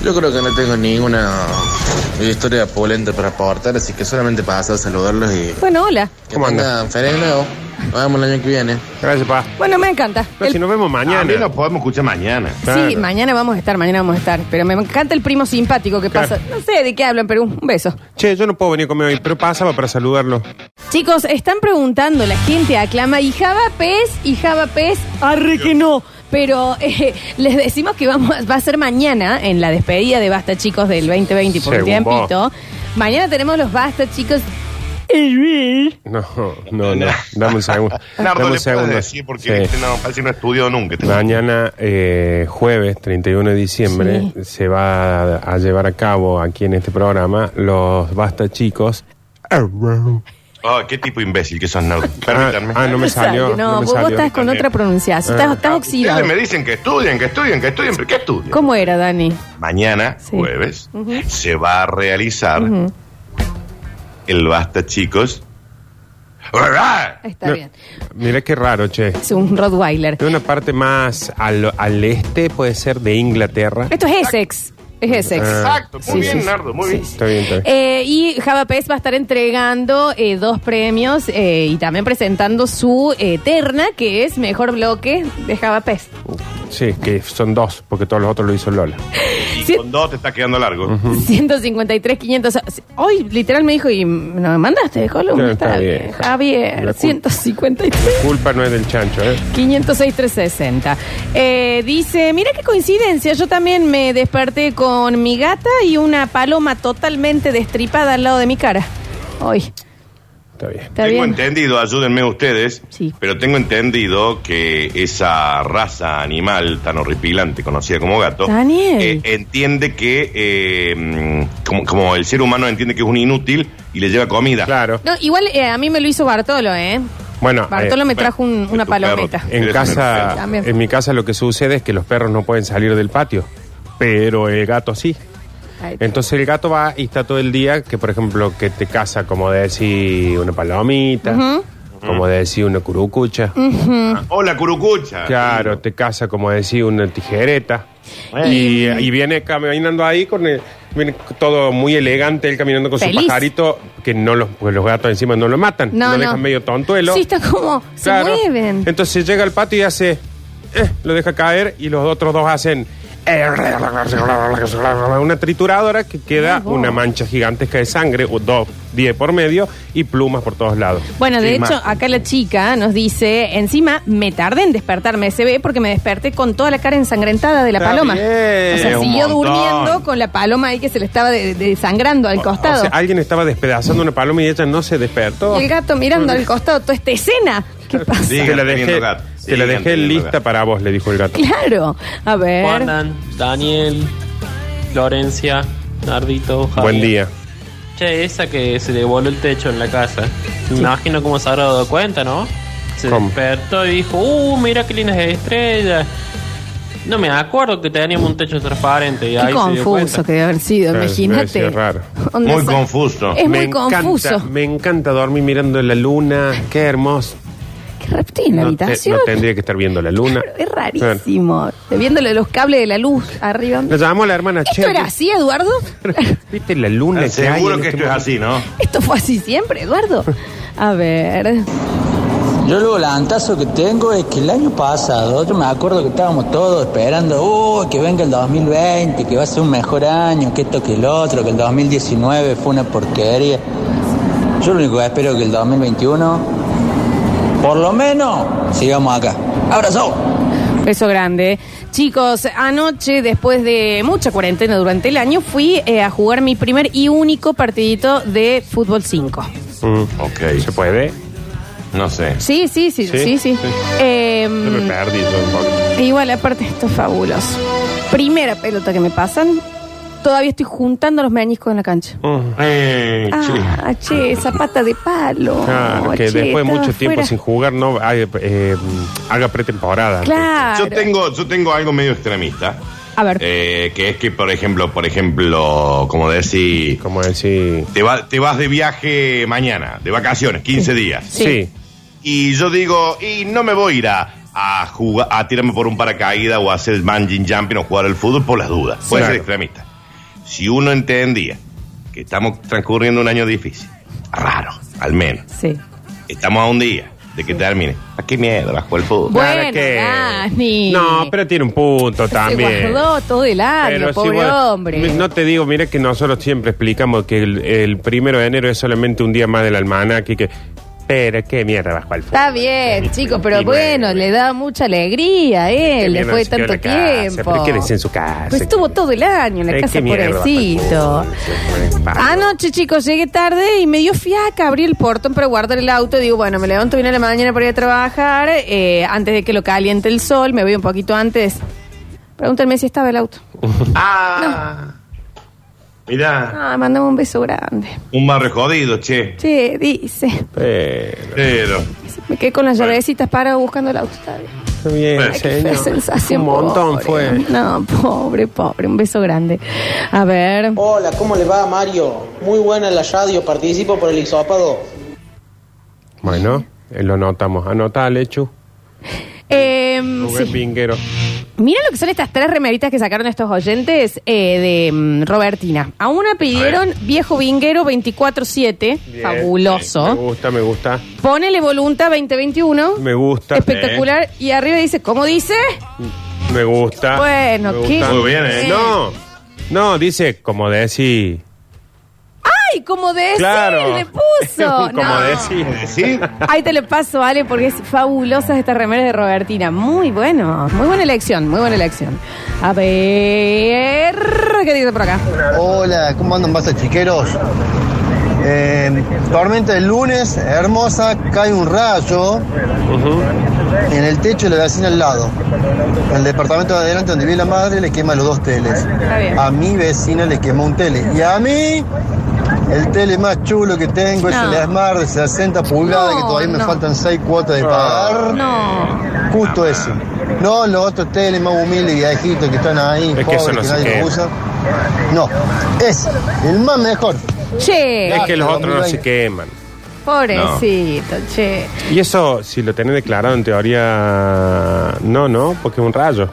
Yo creo que no tengo ninguna historia polenta para aportar, así que solamente paso a saludarlos y Bueno, hola. que andan? Feliz nuevo. Nos vemos el año que viene. Gracias, pa. Bueno, me encanta. El- si nos vemos mañana. También lo podemos escuchar mañana. Sí, mañana vamos a estar, mañana vamos a estar. Pero me encanta el primo simpático que pasa. No sé de qué hablan, pero un un beso. Che, yo no puedo venir a comer hoy, pero pasaba para saludarlo. Chicos, están preguntando, la gente aclama, ¿y Java Pez? ¿Y Java Pez? Arre que no. Pero eh, les decimos [laughs] que vamos, a- va a ser mañana en la despedida de Basta Chicos del 2020 y por un Según vos. tiempito. Mañana tenemos los Basta Chicos. Eh, No, no, no. Dame un segundo. [laughs] Nardo, Dame le un puedes segundo. decir porque Sí. este no, parece que no estudió nunca. este Mañana, eh, jueves 31 de diciembre, se va a, a llevar a cabo aquí en este programa los Basta Chicos. Ah, qué tipo imbécil que sos, Nardo. Permítanme. Ah, [laughs] no me No, salió. me vos, vos salió. Ah. estás con otra pronunciación, estás, estás Ustedes oxidado. me dicen que estudien, que estudien, que estudien, pero ¿qué estudian? ¿Cómo era, Dani? Mañana, jueves, se va a realizar Ujú, el Basta Chicos. Está No, bien. Mirá qué raro, che. Es un Rottweiler. Es una parte más al, al este, puede ser, de Inglaterra. Esto es Essex. Es Essex. Ah. Exacto, muy Sí, bien, sí, Nardo, muy bien. Está bien, está bien. Eh, y Java Pez va a estar entregando eh, dos premios eh, y también presentando su eh, terna, que es mejor bloque de Java Pez. Eh. Sí, que son dos, porque todos los otros lo hizo Lola. Y Sí. con dos te está quedando largo. 153, 500. Hoy literal me dijo, y no me mandaste de columna. No, está, Ah, está bien. bien. La Javier, cul- 153. Culpa no es del chancho, ¿eh? 506 360. Eh, dice, mira qué coincidencia, yo también me desperté con mi gata y una paloma totalmente destripada al lado de mi cara. Hoy, Está bien. está tengo bien. entendido, ayúdenme ustedes, Sí. pero tengo entendido que esa raza animal tan horripilante conocida como gato, Daniel. eh, entiende que, eh, mm, como, como el ser humano entiende que es un inútil y le lleva comida. Claro. No, igual eh, a mí me lo hizo Bartolo, ¿eh? Bueno, Bartolo eh, me trajo un- de una tu palometa. perro. en Eres un casa, También. en mi casa lo que sucede es que los perros no pueden salir del patio, pero el gato sí. Ahí está. Entonces el gato va y está todo el día, que por ejemplo, que te caza, como decir, una palomita, como decir, una curucucha. Hola, curucucha. Claro, te casa, como decir, una tijereta. Y- Y, eh, y viene caminando ahí con el- viene todo muy elegante, él caminando con Feliz. su pajarito, que no los, porque los gatos encima no lo matan, No, no, no. dejan medio tontuelo. Sí, está como, Oh, se Claro. mueven. Entonces llega al patio y hace, eh, lo deja caer y los otros dos hacen, Una trituradora que queda una mancha gigantesca de sangre, o dos, diez por medio, y plumas por todos lados. Bueno, de Y más. hecho, acá la chica nos dice, encima, me tardé en despertarme, se ve porque me desperté con toda la cara ensangrentada de la Está paloma. bien, o sea, un siguió montón. durmiendo con la paloma ahí que se le estaba de- desangrando al O costado. sea, alguien estaba despedazando una paloma y ella no se despertó. y el gato mirando al costado toda esta escena. ¿Qué pasa? Te la dejé, teniendo gato. te la Sigan dejé teniendo lista gato. para vos, le dijo el gato. Claro. A ver. ¿Cómo andan? Daniel, Florencia, Nardito, Javier. Buen día. Che, esa que se le voló el techo en la casa. Me imagino cómo se habrá dado cuenta, ¿no? Se ¿Cómo? despertó y dijo, uh, mira qué lindas estrellas. No me acuerdo que teníamos un techo transparente y Qué ahí se dio confuso cuenta. que debe haber sido, Claro, imagínate. debe ser raro. [laughs] Onda esa- Es muy confuso. encanta- me encanta dormir mirando la luna. Qué hermoso. Qué reptil en la No, te- habitación. no tendría que estar viendo la luna. [laughs] Es rarísimo. Viéndole los cables de la luz arriba. Le llamamos a la hermana ¿Esto Che, era así, Eduardo? [laughs] ¿Viste la luna? Ah, Eh, Seguro que esto es así, ¿no? ¿Esto fue así siempre, Eduardo? A ver. Yo lo volantazo que tengo es que el año pasado, yo me acuerdo que estábamos todos esperando, "Uy, que venga el 2020, que va a ser un mejor año, que esto, que el otro, que el 2019 fue una porquería. Yo lo único que espero es que el 2021, por lo menos, sigamos acá. ¡Abrazo! Beso grande. Chicos, anoche, después de mucha cuarentena durante el año, fui eh, a jugar mi primer y único partidito de fútbol 5. Mm. ok. ¿Se puede? Mm. No sé. Sí, sí, sí, sí, Sí, sí. sí. Em, Me perdí todo un poco. igual, aparte, esto es fabuloso. Primera pelota que me pasan, todavía estoy juntando los meñiscos en la cancha. Eh, che. Ah, che, zapata de palo. Claro, que Che, después de estaba mucho tiempo fuera. sin jugar no hay, eh, haga pretemporada. Claro. Yo tengo, yo tengo algo medio extremista. A ver. Eh, que es que, por ejemplo, por ejemplo, como decir. Como decir. Te, va- te vas de viaje mañana, de vacaciones, 15 días. Sí. Sí. Y yo digo, y no me voy a ir a, a jugar, a tirarme por un paracaídas o a hacer bungee jumping o jugar al fútbol por las dudas. Puede Claro. ser extremista. Si uno entendía que estamos transcurriendo un año difícil, raro, al menos. Sí. Estamos a un día de que termine. ¿A qué miedo? Bajo el fútbol. Bueno, Dani. No, pero tiene un punto Se también. guardó todo el año, Pero si pobre vos- hombre. No te digo, mira que nosotros siempre explicamos que el, el primero de enero es solamente un día más del almanaque. Que, pero qué mierda bajó al fútbol. Está bien, chicos, pero bueno, le da mucha alegría a él, Qué le fue mierda se quedó tanto en la casa, Pero quédese "Ah, en tiempo. su casa. Pues estuvo todo el año en la Eh, casa, qué mierda, pobrecito. Ah, Anoche, chicos, llegué tarde y me dio fiaca abrí el portón para guardar el auto. Digo, bueno, me levanto bien a la mañana para ir a trabajar, eh, antes de que lo caliente el sol, me voy un poquito antes. Pregúntame si estaba el auto. Ah. Mirá, Ah, mandame un beso grande. un barrio jodido, che. Che, dice. Pero. Pero. Me quedé con las llavecitas para buscando el auto. Está bien. Bien, Qué señor. sensación. Un montón pobre. fue. No, pobre, pobre. Un beso grande. A ver. Hola, ¿cómo le va Mario? Muy buena la radio, participo por el isópado. Bueno, eh, lo notamos. Anota, Lechu. Em, Rubén sí. Pinguero. Mira lo que son estas tres remeritas que sacaron estos oyentes eh, de mm, Robertina. A una pidieron viejo vinguero 24-7. Bien, sí, Me Fabuloso. gusta, me gusta. Ponele voluntad 2021. Me gusta. Espectacular. Y arriba dice, ¿cómo dice? Eh, me gusta. Bueno, me qué- gusta. Muy bien, ¿eh? No, no, dice como decir. ¡Ay, como de Claro. Eh, le puso! [laughs] como No. decir. Ahí te lo paso, Ale, porque es fabulosa esta remera de Robertina. Muy bueno, muy buena elección, muy buena elección. A ver, ¿qué dice por acá? Hola, ¿cómo andan basta chiqueros? Eh, tormenta el lunes, hermosa, cae un rayo en el techo de la vecina al lado. El departamento de adelante donde vive la madre le quema los dos teles. bien. A mi vecina le quemó un tele. Y a mí, el tele más chulo que tengo es No. el Smart de 60 pulgadas, que todavía me no. faltan 6 cuotas de pagar. Ah, Justo eso. No los otros teles más humildes y viejitos que están ahí, Es que eso pobres, no que se nadie quema. los usa. No, es el más mejor. Che, Es que los otros no se queman. pobrecito, che. Y eso, si lo tenés declarado en teoría, no, no, porque es un rayo.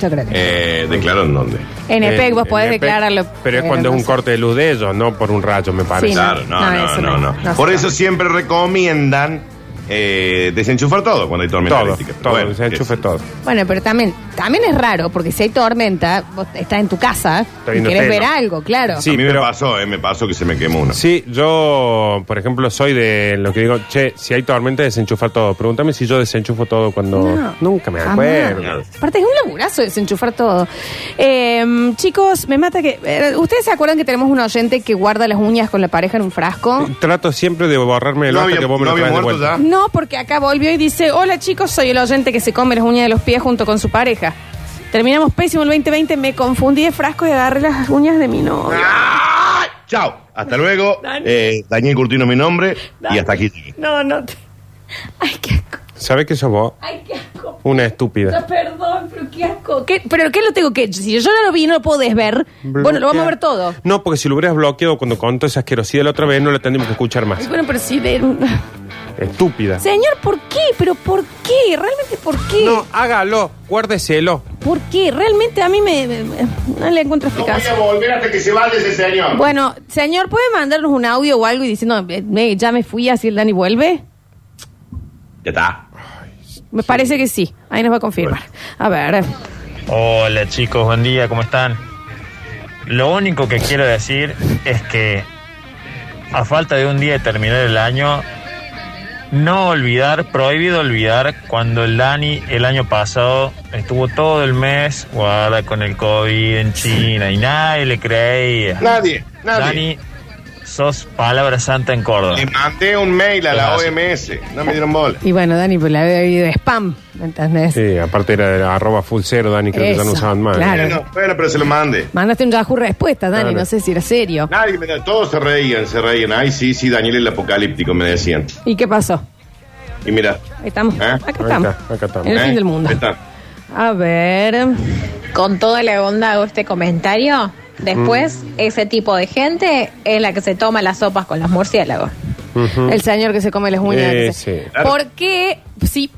Yo creo que. Eh, ¿Declaró en dónde? En E EPEC vos podés eh, en E EPEC, declararlo. eh, Pero es cuando es un corte de luz de ellos, no por un rayo, me parece. Sí, no. Claro, no, No, no, eso no. no, no. No Por se eso siempre recomiendan eh, desenchufar todo cuando hay tormenta Todo, eléctrica. todo, desenchufe todo. Bueno, pero también, también es raro, porque si hay tormenta, vos estás en tu casa y viendo querés tele. ver algo, claro. a mí me pasó, eh, me pasó que se me quemó uno. Sí, yo, por ejemplo, soy de lo que digo, che, si hay tormenta, desenchufa todo. Pregúntame si yo desenchufo todo cuando... No. Nunca me Jamás. acuerdo. Aparte es un laburazo desenchufar todo. Eh, chicos, me mata que... eh, ¿Ustedes se acuerdan que tenemos un oyente que guarda las uñas con la pareja en un frasco? Trato siempre de borrarme el No hasta había- que vos me no lo había traes de muerto No, vuelta. porque acá volvió y dice, hola chicos, soy el oyente que se come las uñas de los pies junto con su pareja. Terminamos pésimo el 2020, me confundí de frasco y agarré las uñas de mi novio. Chao, hasta luego. Eh, Daniel Curtino es mi nombre y hasta aquí. No, no. te- ¿Sabes qué sos vos? Ay, qué asco. Una estúpida. No, perdón, pero qué asco. ¿Qué- ¿Pero qué lo tengo que...? Si yo no lo vi y no lo puedo desver, bueno, lo vamos a ver todo. No, porque si lo hubieras bloqueado cuando contó esa asquerosidad la otra vez, no la tendríamos que escuchar Ay, más. Bueno, pero sí, de... Estúpida. Señor, ¿por qué? ¿Pero por qué? ¿Realmente por qué? No, hágalo, guárdeselo. ¿Por qué? Realmente a mí me, me- me- no le encuentro explicación. volver hasta que se vaya ese señor. Bueno, señor, ¿puede mandarnos un audio o algo y diciendo, eh, me- ya me fui, así el Dani vuelve? Ya está. Me parece que sí. Ahí nos va a confirmar. A ver. Hola chicos, buen día, ¿cómo están? Lo único que quiero decir es que a falta de un día de terminar el año, no olvidar, prohibido olvidar cuando el Dani el año pasado estuvo todo el mes guarda con el COVID en China y nadie le creía. Nadie, nadie. Dani, sos palabra santa en Córdoba. Le mandé un mail a la OMS. No me dieron bola. Y bueno, Dani, pues la había bebido de spam, ¿me entendés? Sí, aparte era de arroba full cero, Dani, creo que ya no Eso, usaban más. ¿eh? claro. Bueno, bueno, pero se lo mande. Mandaste un Yahoo respuesta, Dani, Claro. no sé si era serio. Nadie me- Todos se reían, se reían. Ay, sí, sí, Daniel el apocalíptico, me decían. ¿Y qué pasó? Y mira. Ahí estamos. ¿eh? Acá estamos. ¿eh? El fin del mundo. Ahí está. A ver. Con toda la onda hago este comentario. Después, ese tipo de gente es la que se toma las sopas con los murciélagos. El señor que se come las uñas. Eh, que se- sí. Claro. Porque, sí,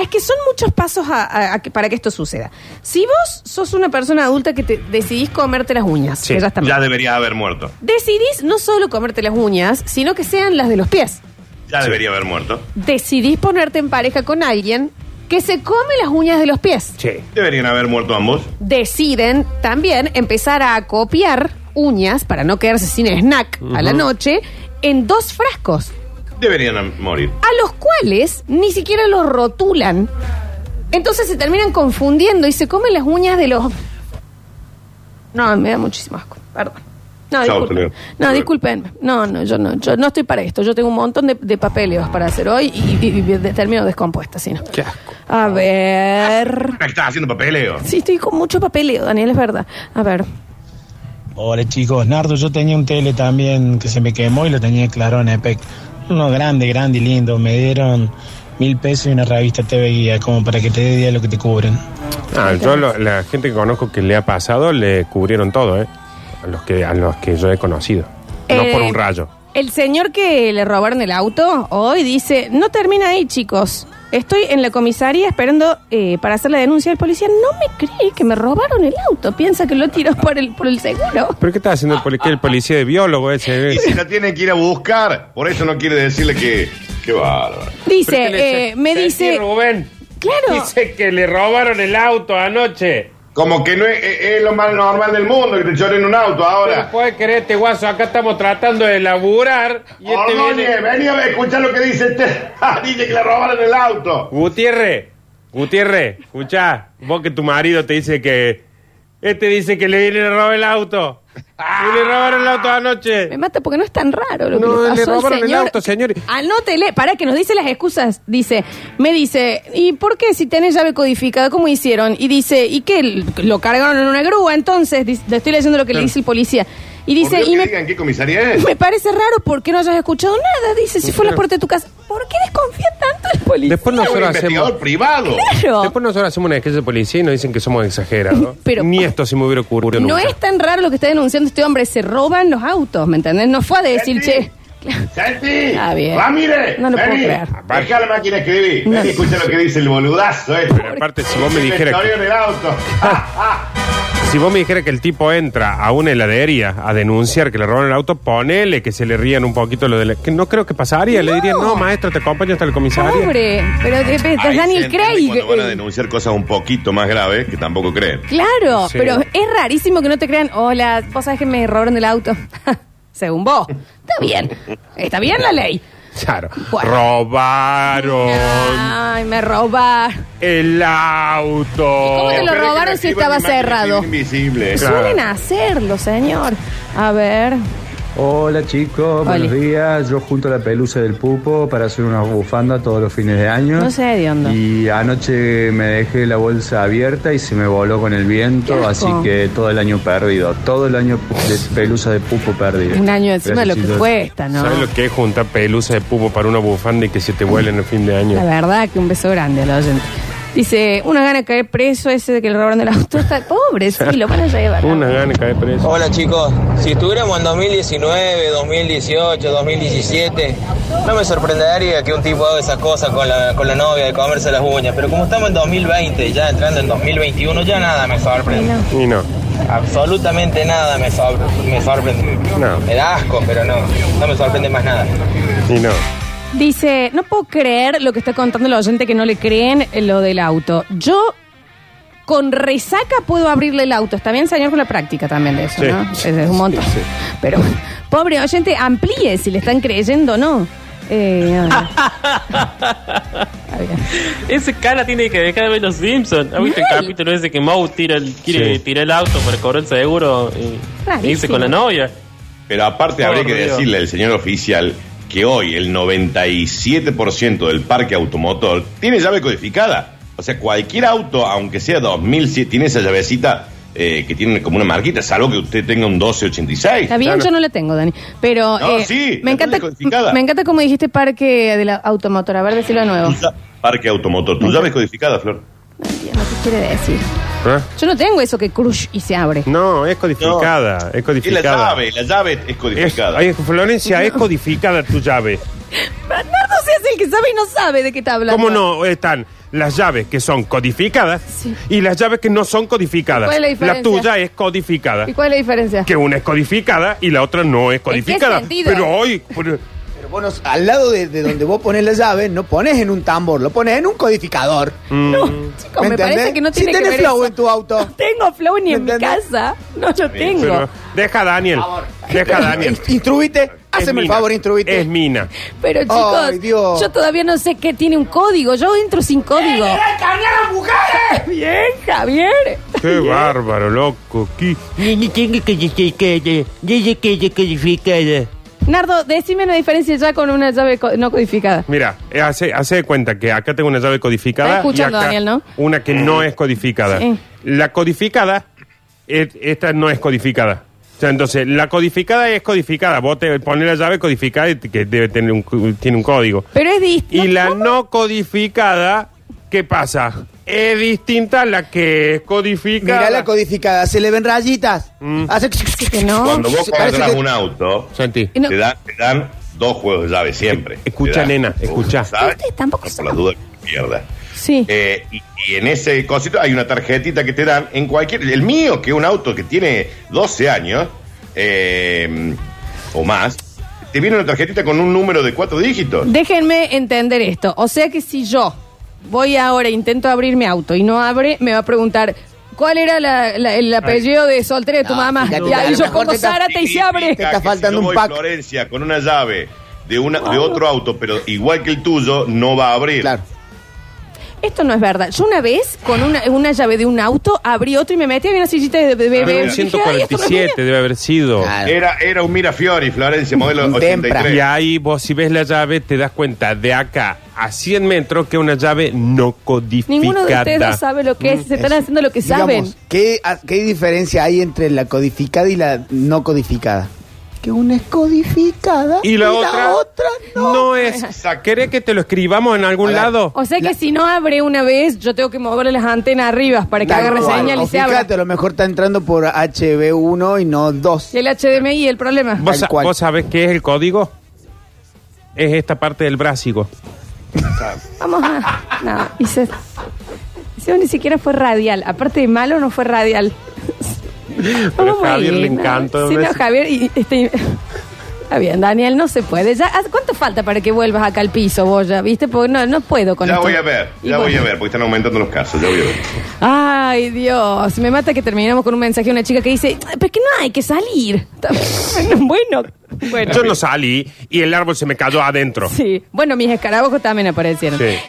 es que son muchos pasos a- a- a que- para que esto suceda. Si vos sos una persona adulta que te decidís comerte las uñas, Sí, que ya ya, está mal. debería haber muerto. decidís no solo comerte las uñas, sino que sean las de los pies. Ya debería haber muerto. Decidís ponerte en pareja con alguien que se come las uñas de los pies. Sí. Deberían haber muerto ambos. Deciden también empezar a copiar uñas para no quedarse sin snack a la Ujú. noche en dos frascos. Deberían morir. a los cuales ni siquiera los rotulan. Entonces se terminan confundiendo y se comen las uñas de los... No, me da muchísimo asco, perdón. No, Chao, disculpen. Toledo. No, disculpen. No, no, yo no, yo no estoy para esto. Yo tengo un montón de, de papeleos para hacer hoy y, y- y de- termino descompuesta, si no. Qué A ver. Estás haciendo papeleo. Sí, estoy con mucho papeleo, Daniel, es verdad. A ver. Hola chicos, Nardo, yo tenía un tele también que se me quemó y lo tenía claro en EPEC. Uno grande, grande y lindo. Me dieron mil pesos y una revista TV Guía, como para que te dé idea de lo que te cubren. Ah, yo lo- la gente que conozco que le ha pasado le cubrieron todo, ¿eh? A los que, a los que yo he conocido. Eh, no por un rayo. El señor que le robaron el auto hoy dice, no termina ahí, chicos. Estoy en la comisaría esperando eh, para hacer la denuncia del policía. No me cree que me robaron el auto. Piensa que lo tiró [laughs] por el, por el seguro. ¿Pero qué está haciendo el, poli- que el policía de biólogo ese? eh? Y si la tienen que ir a buscar, por eso no quiere decirle que. ¡Qué bárbaro! Dice, eh, me dice... Rubén. Claro. Dice que le robaron el auto anoche. Como que no es, es- es lo más normal del mundo que te choren un auto ahora. puede creer este guaso, acá estamos tratando de laburar. este Ordóñez, vení a escuchar lo que dice este. [laughs] dice que le robaron el auto. Gutiérrez, Gutiérrez, escuchá, vos que tu marido te dice que... Este dice que le, le robó el auto. Y le robaron el auto anoche. Me mata porque no es tan raro lo que No, le pasó le al robaron el señor. auto, señor. Anótele, para que nos dice las excusas. Dice, me dice, ¿y por qué si tenés llave codificada? ¿Cómo hicieron? Y dice, ¿y qué? ¿Lo cargaron en una grúa? Entonces, Dice- le estoy leyendo lo que le Claro. dice el policía. Y dice, Obvio y que me, digan qué comisaría es? me parece raro porque no hayas escuchado nada. Dice, si fue la puerta de tu casa. ¿Por qué desconfía tanto el policía? Después nosotros [laughs] hacemos. privado. Claro. Después nosotros hacemos una queja de policía y nos dicen que somos exagerados. [laughs] Pero- Ni esto se me hubiera ocurrido No nunca. es tan raro lo que está denunciando este hombre. Se roban los autos, ¿me entendés? No fue a decir, che. ¡Santi! Está bien. ¡Ramírez! No lo puedo vení. creer. Dejá la máquina de escribir. Vení, escucha lo que dice el boludazo este. Aparte, si vos Me me Ah, dijeras. choreó en el auto. Si vos me dijeras que el tipo entra a una heladería a denunciar que le roban el auto, ponele que se le rían un poquito lo de la- que no creo que pasaría, le dirían, "No, maestro, te acompaño hasta el comisario." Pobre, pero eh, eh, Ahí Daniel se entiende Craig. eh. Cuando van a denunciar cosas un poquito más graves que tampoco creen. Claro, Sí. pero es rarísimo que no te crean, hola, vos sabés que me robaron el auto. [laughs] Según vos. Está bien. Está bien la ley. Claro. Robaron Ah. Ay, me roba. el auto. ¿Cómo te lo robaron si estaba cerrado? Invisible. Suelen hacerlo, señor. A ver. Hola chicos, buenos días. Yo junto a la pelusa del pupo para hacer una bufanda todos los fines de año. No sé de onda. Y anoche me dejé la bolsa abierta y se me voló con el viento, Qué así asco. que todo el año perdido. Todo el año de pelusa de pupo perdido. Un año encima de lo Gracias, que chicos. cuesta, ¿no? ¿Sabes lo que es juntar pelusa de pupo para una bufanda y que se te vuelen el fin de año? La verdad que un beso grande al oyente. Dice, una gana de caer preso ese de que le robaron el auto. Está pobre, sí, lo van a llevar. [laughs] Una gana de caer preso. Hola chicos, si estuviéramos en 2019, 2018, 2017, no me sorprendería que un tipo haga esas cosas con la, con la novia de comerse las uñas, pero como estamos en 2020 y ya entrando en 2021, ya nada me sorprende. Y no. Absolutamente nada me, sor- me sorprende. No. Me da asco, pero no, no me sorprende más nada. Y no. Dice, no puedo creer lo que está contando el oyente que no le creen lo del auto. Yo con resaca puedo abrirle el auto. Está bien, señor, con la práctica también de eso, Sí. ¿no? Es, es un montón. Pero, pobre oyente, amplíe si le están creyendo o no. Eh, a Ese cara tiene que dejar de ver los Simpsons. ¿Has visto el capítulo ese que Moe tira el, quiere Sí. tirar el auto para cobrar el seguro y Rarísimo. irse con la novia? Pero aparte Por habría que Dios. decirle al señor oficial que hoy el 97% del parque automotor tiene llave codificada. O sea, cualquier auto, aunque sea 2007, tiene esa llavecita eh, que tiene como una marquita, salvo que usted tenga un 1286. Está bien, Claro. yo no la tengo, Dani. Pero No, eh, sí, me la tenés encanta codificada. me encanta como dijiste parque de la automotor. A ver, decirlo de nuevo. Parque automotor. ¿Tu llave es codificada, Flor? ¿Qué quiere decir? Yo no tengo eso que crush y se abre. ¿Ah? No, es codificada. Es Es la codificada. llave, la llave es codificada. Ay, Florencia, es codificada tu llave. Bernardo se hace el que sabe y no sabe de qué está hablando. ¿Cómo no están las llaves que son codificadas y las llaves que no son codificadas? ¿Cuál es la diferencia? tuya es codificada. ¿Y cuál es la diferencia? Que una es codificada y la otra no es codificada. sentido? Pero hoy. [laughs] por- Pero vos no- al lado de, de donde vos pones la llave, no pones en un tambor, lo pones en un codificador. No, [laughs] Chicos, me parece que no tiene si que tenés ver flow eso. en tu auto. No [laughs] tengo flow ni en mi casa. No lo tengo. Pero Pero, deja a Daniel. Deja a Daniel. Este, Instruite, [laughs] haceme el mina, favor, instruite. Es mina. chicos, Ay, Dios. yo todavía no sé qué tiene un código. Yo entro sin código. [laughs] Bien, Javier. Qué bárbaro, loco. Qué- Nardo, decime una diferencia ya con una llave co- no codificada. Mira, eh, hace, hace de cuenta que acá tengo una llave codificada. Está escuchando, y acá Daniel, ¿no? Una que no es codificada. Sí. La codificada, et- esta no es codificada. O sea, entonces, la codificada es codificada. Vos te pones la llave codificada y te- que debe tener un, cu- tiene un código. Pero es distinto. Y la no codificada, ¿qué pasa? Es distinta a la que es codificada. Mirá la codificada, se le ven rayitas. Mm. Hace que no. Cuando vos Parece compras que- un auto, No. te, dan, te dan dos juegos de llave siempre. Escucha, nena, escucha. Tampoco Por las dudas que pierda. Sí. Eh, y, y en ese cosito hay una tarjetita que te dan en cualquier. El mío, que es un auto que tiene 12 años eh, o más, te viene una tarjetita con un número de cuatro dígitos. Déjenme entender esto. O sea que si yo voy ahora e intento abrir mi auto y no abre, me va a preguntar. ¿Cuál era la- la- el apellido de soltera de tu mamá? fíjate, Y a ahí lo yo mejor pongo te está- Zárate y se abre. Significa que si yo voy a Florencia con una llave de, una, de otro auto, pero igual que el tuyo, no va a abrir. Esto no es verdad. Yo una vez, con una, una llave de un auto, abrí otro y me metí en una sillita de bebé. Pero Dije, "Ay, esto no es mío". 147 debe haber sido. Era, era un Mirafiori, Florencia, modelo 83. Y ahí vos si ves la llave te das cuenta de acá a 100 metros que es una llave no codificada. Ninguno de ustedes dos sabe lo que es. Se están haciendo lo que Digamos, saben. ¿qué, a- ¿Qué diferencia hay entre la codificada y la no codificada? Que una es codificada Y la otra, no. es. ¿Querés que te lo escribamos en algún lado? O sea que si no abre una vez, yo tengo que moverle las antenas arriba para que Tal agarre cual. señal y O se abra. Fíjate, a lo mejor está entrando por HB1 y no 2. Y el HDMI, el problema. ¿Vos, sa- vos sabés qué es el código? Es esta parte del brásico. Vamos a. No, hice. hice- ni siquiera fue radial. Aparte de malo, no fue radial. Pero a Javier le Bueno, encanta. Sí, ¿ves? no, Javier, y, este, está bien, Daniel, no se puede. Ya, ¿hace ¿Cuánto falta para que vuelvas acá al piso, Boya? ¿Viste? Porque no, no puedo con Ya esto. voy a ver, Y ya bueno. voy a ver, porque están aumentando los casos, ya voy a ver. Ay, Dios, me mata que terminamos con un mensaje de una chica que dice, "Ay, pero es que no hay que salir. [laughs] bueno, bueno. Yo no salí y el árbol se me cayó adentro. Sí, bueno, mis escarabajos también aparecieron. Sí.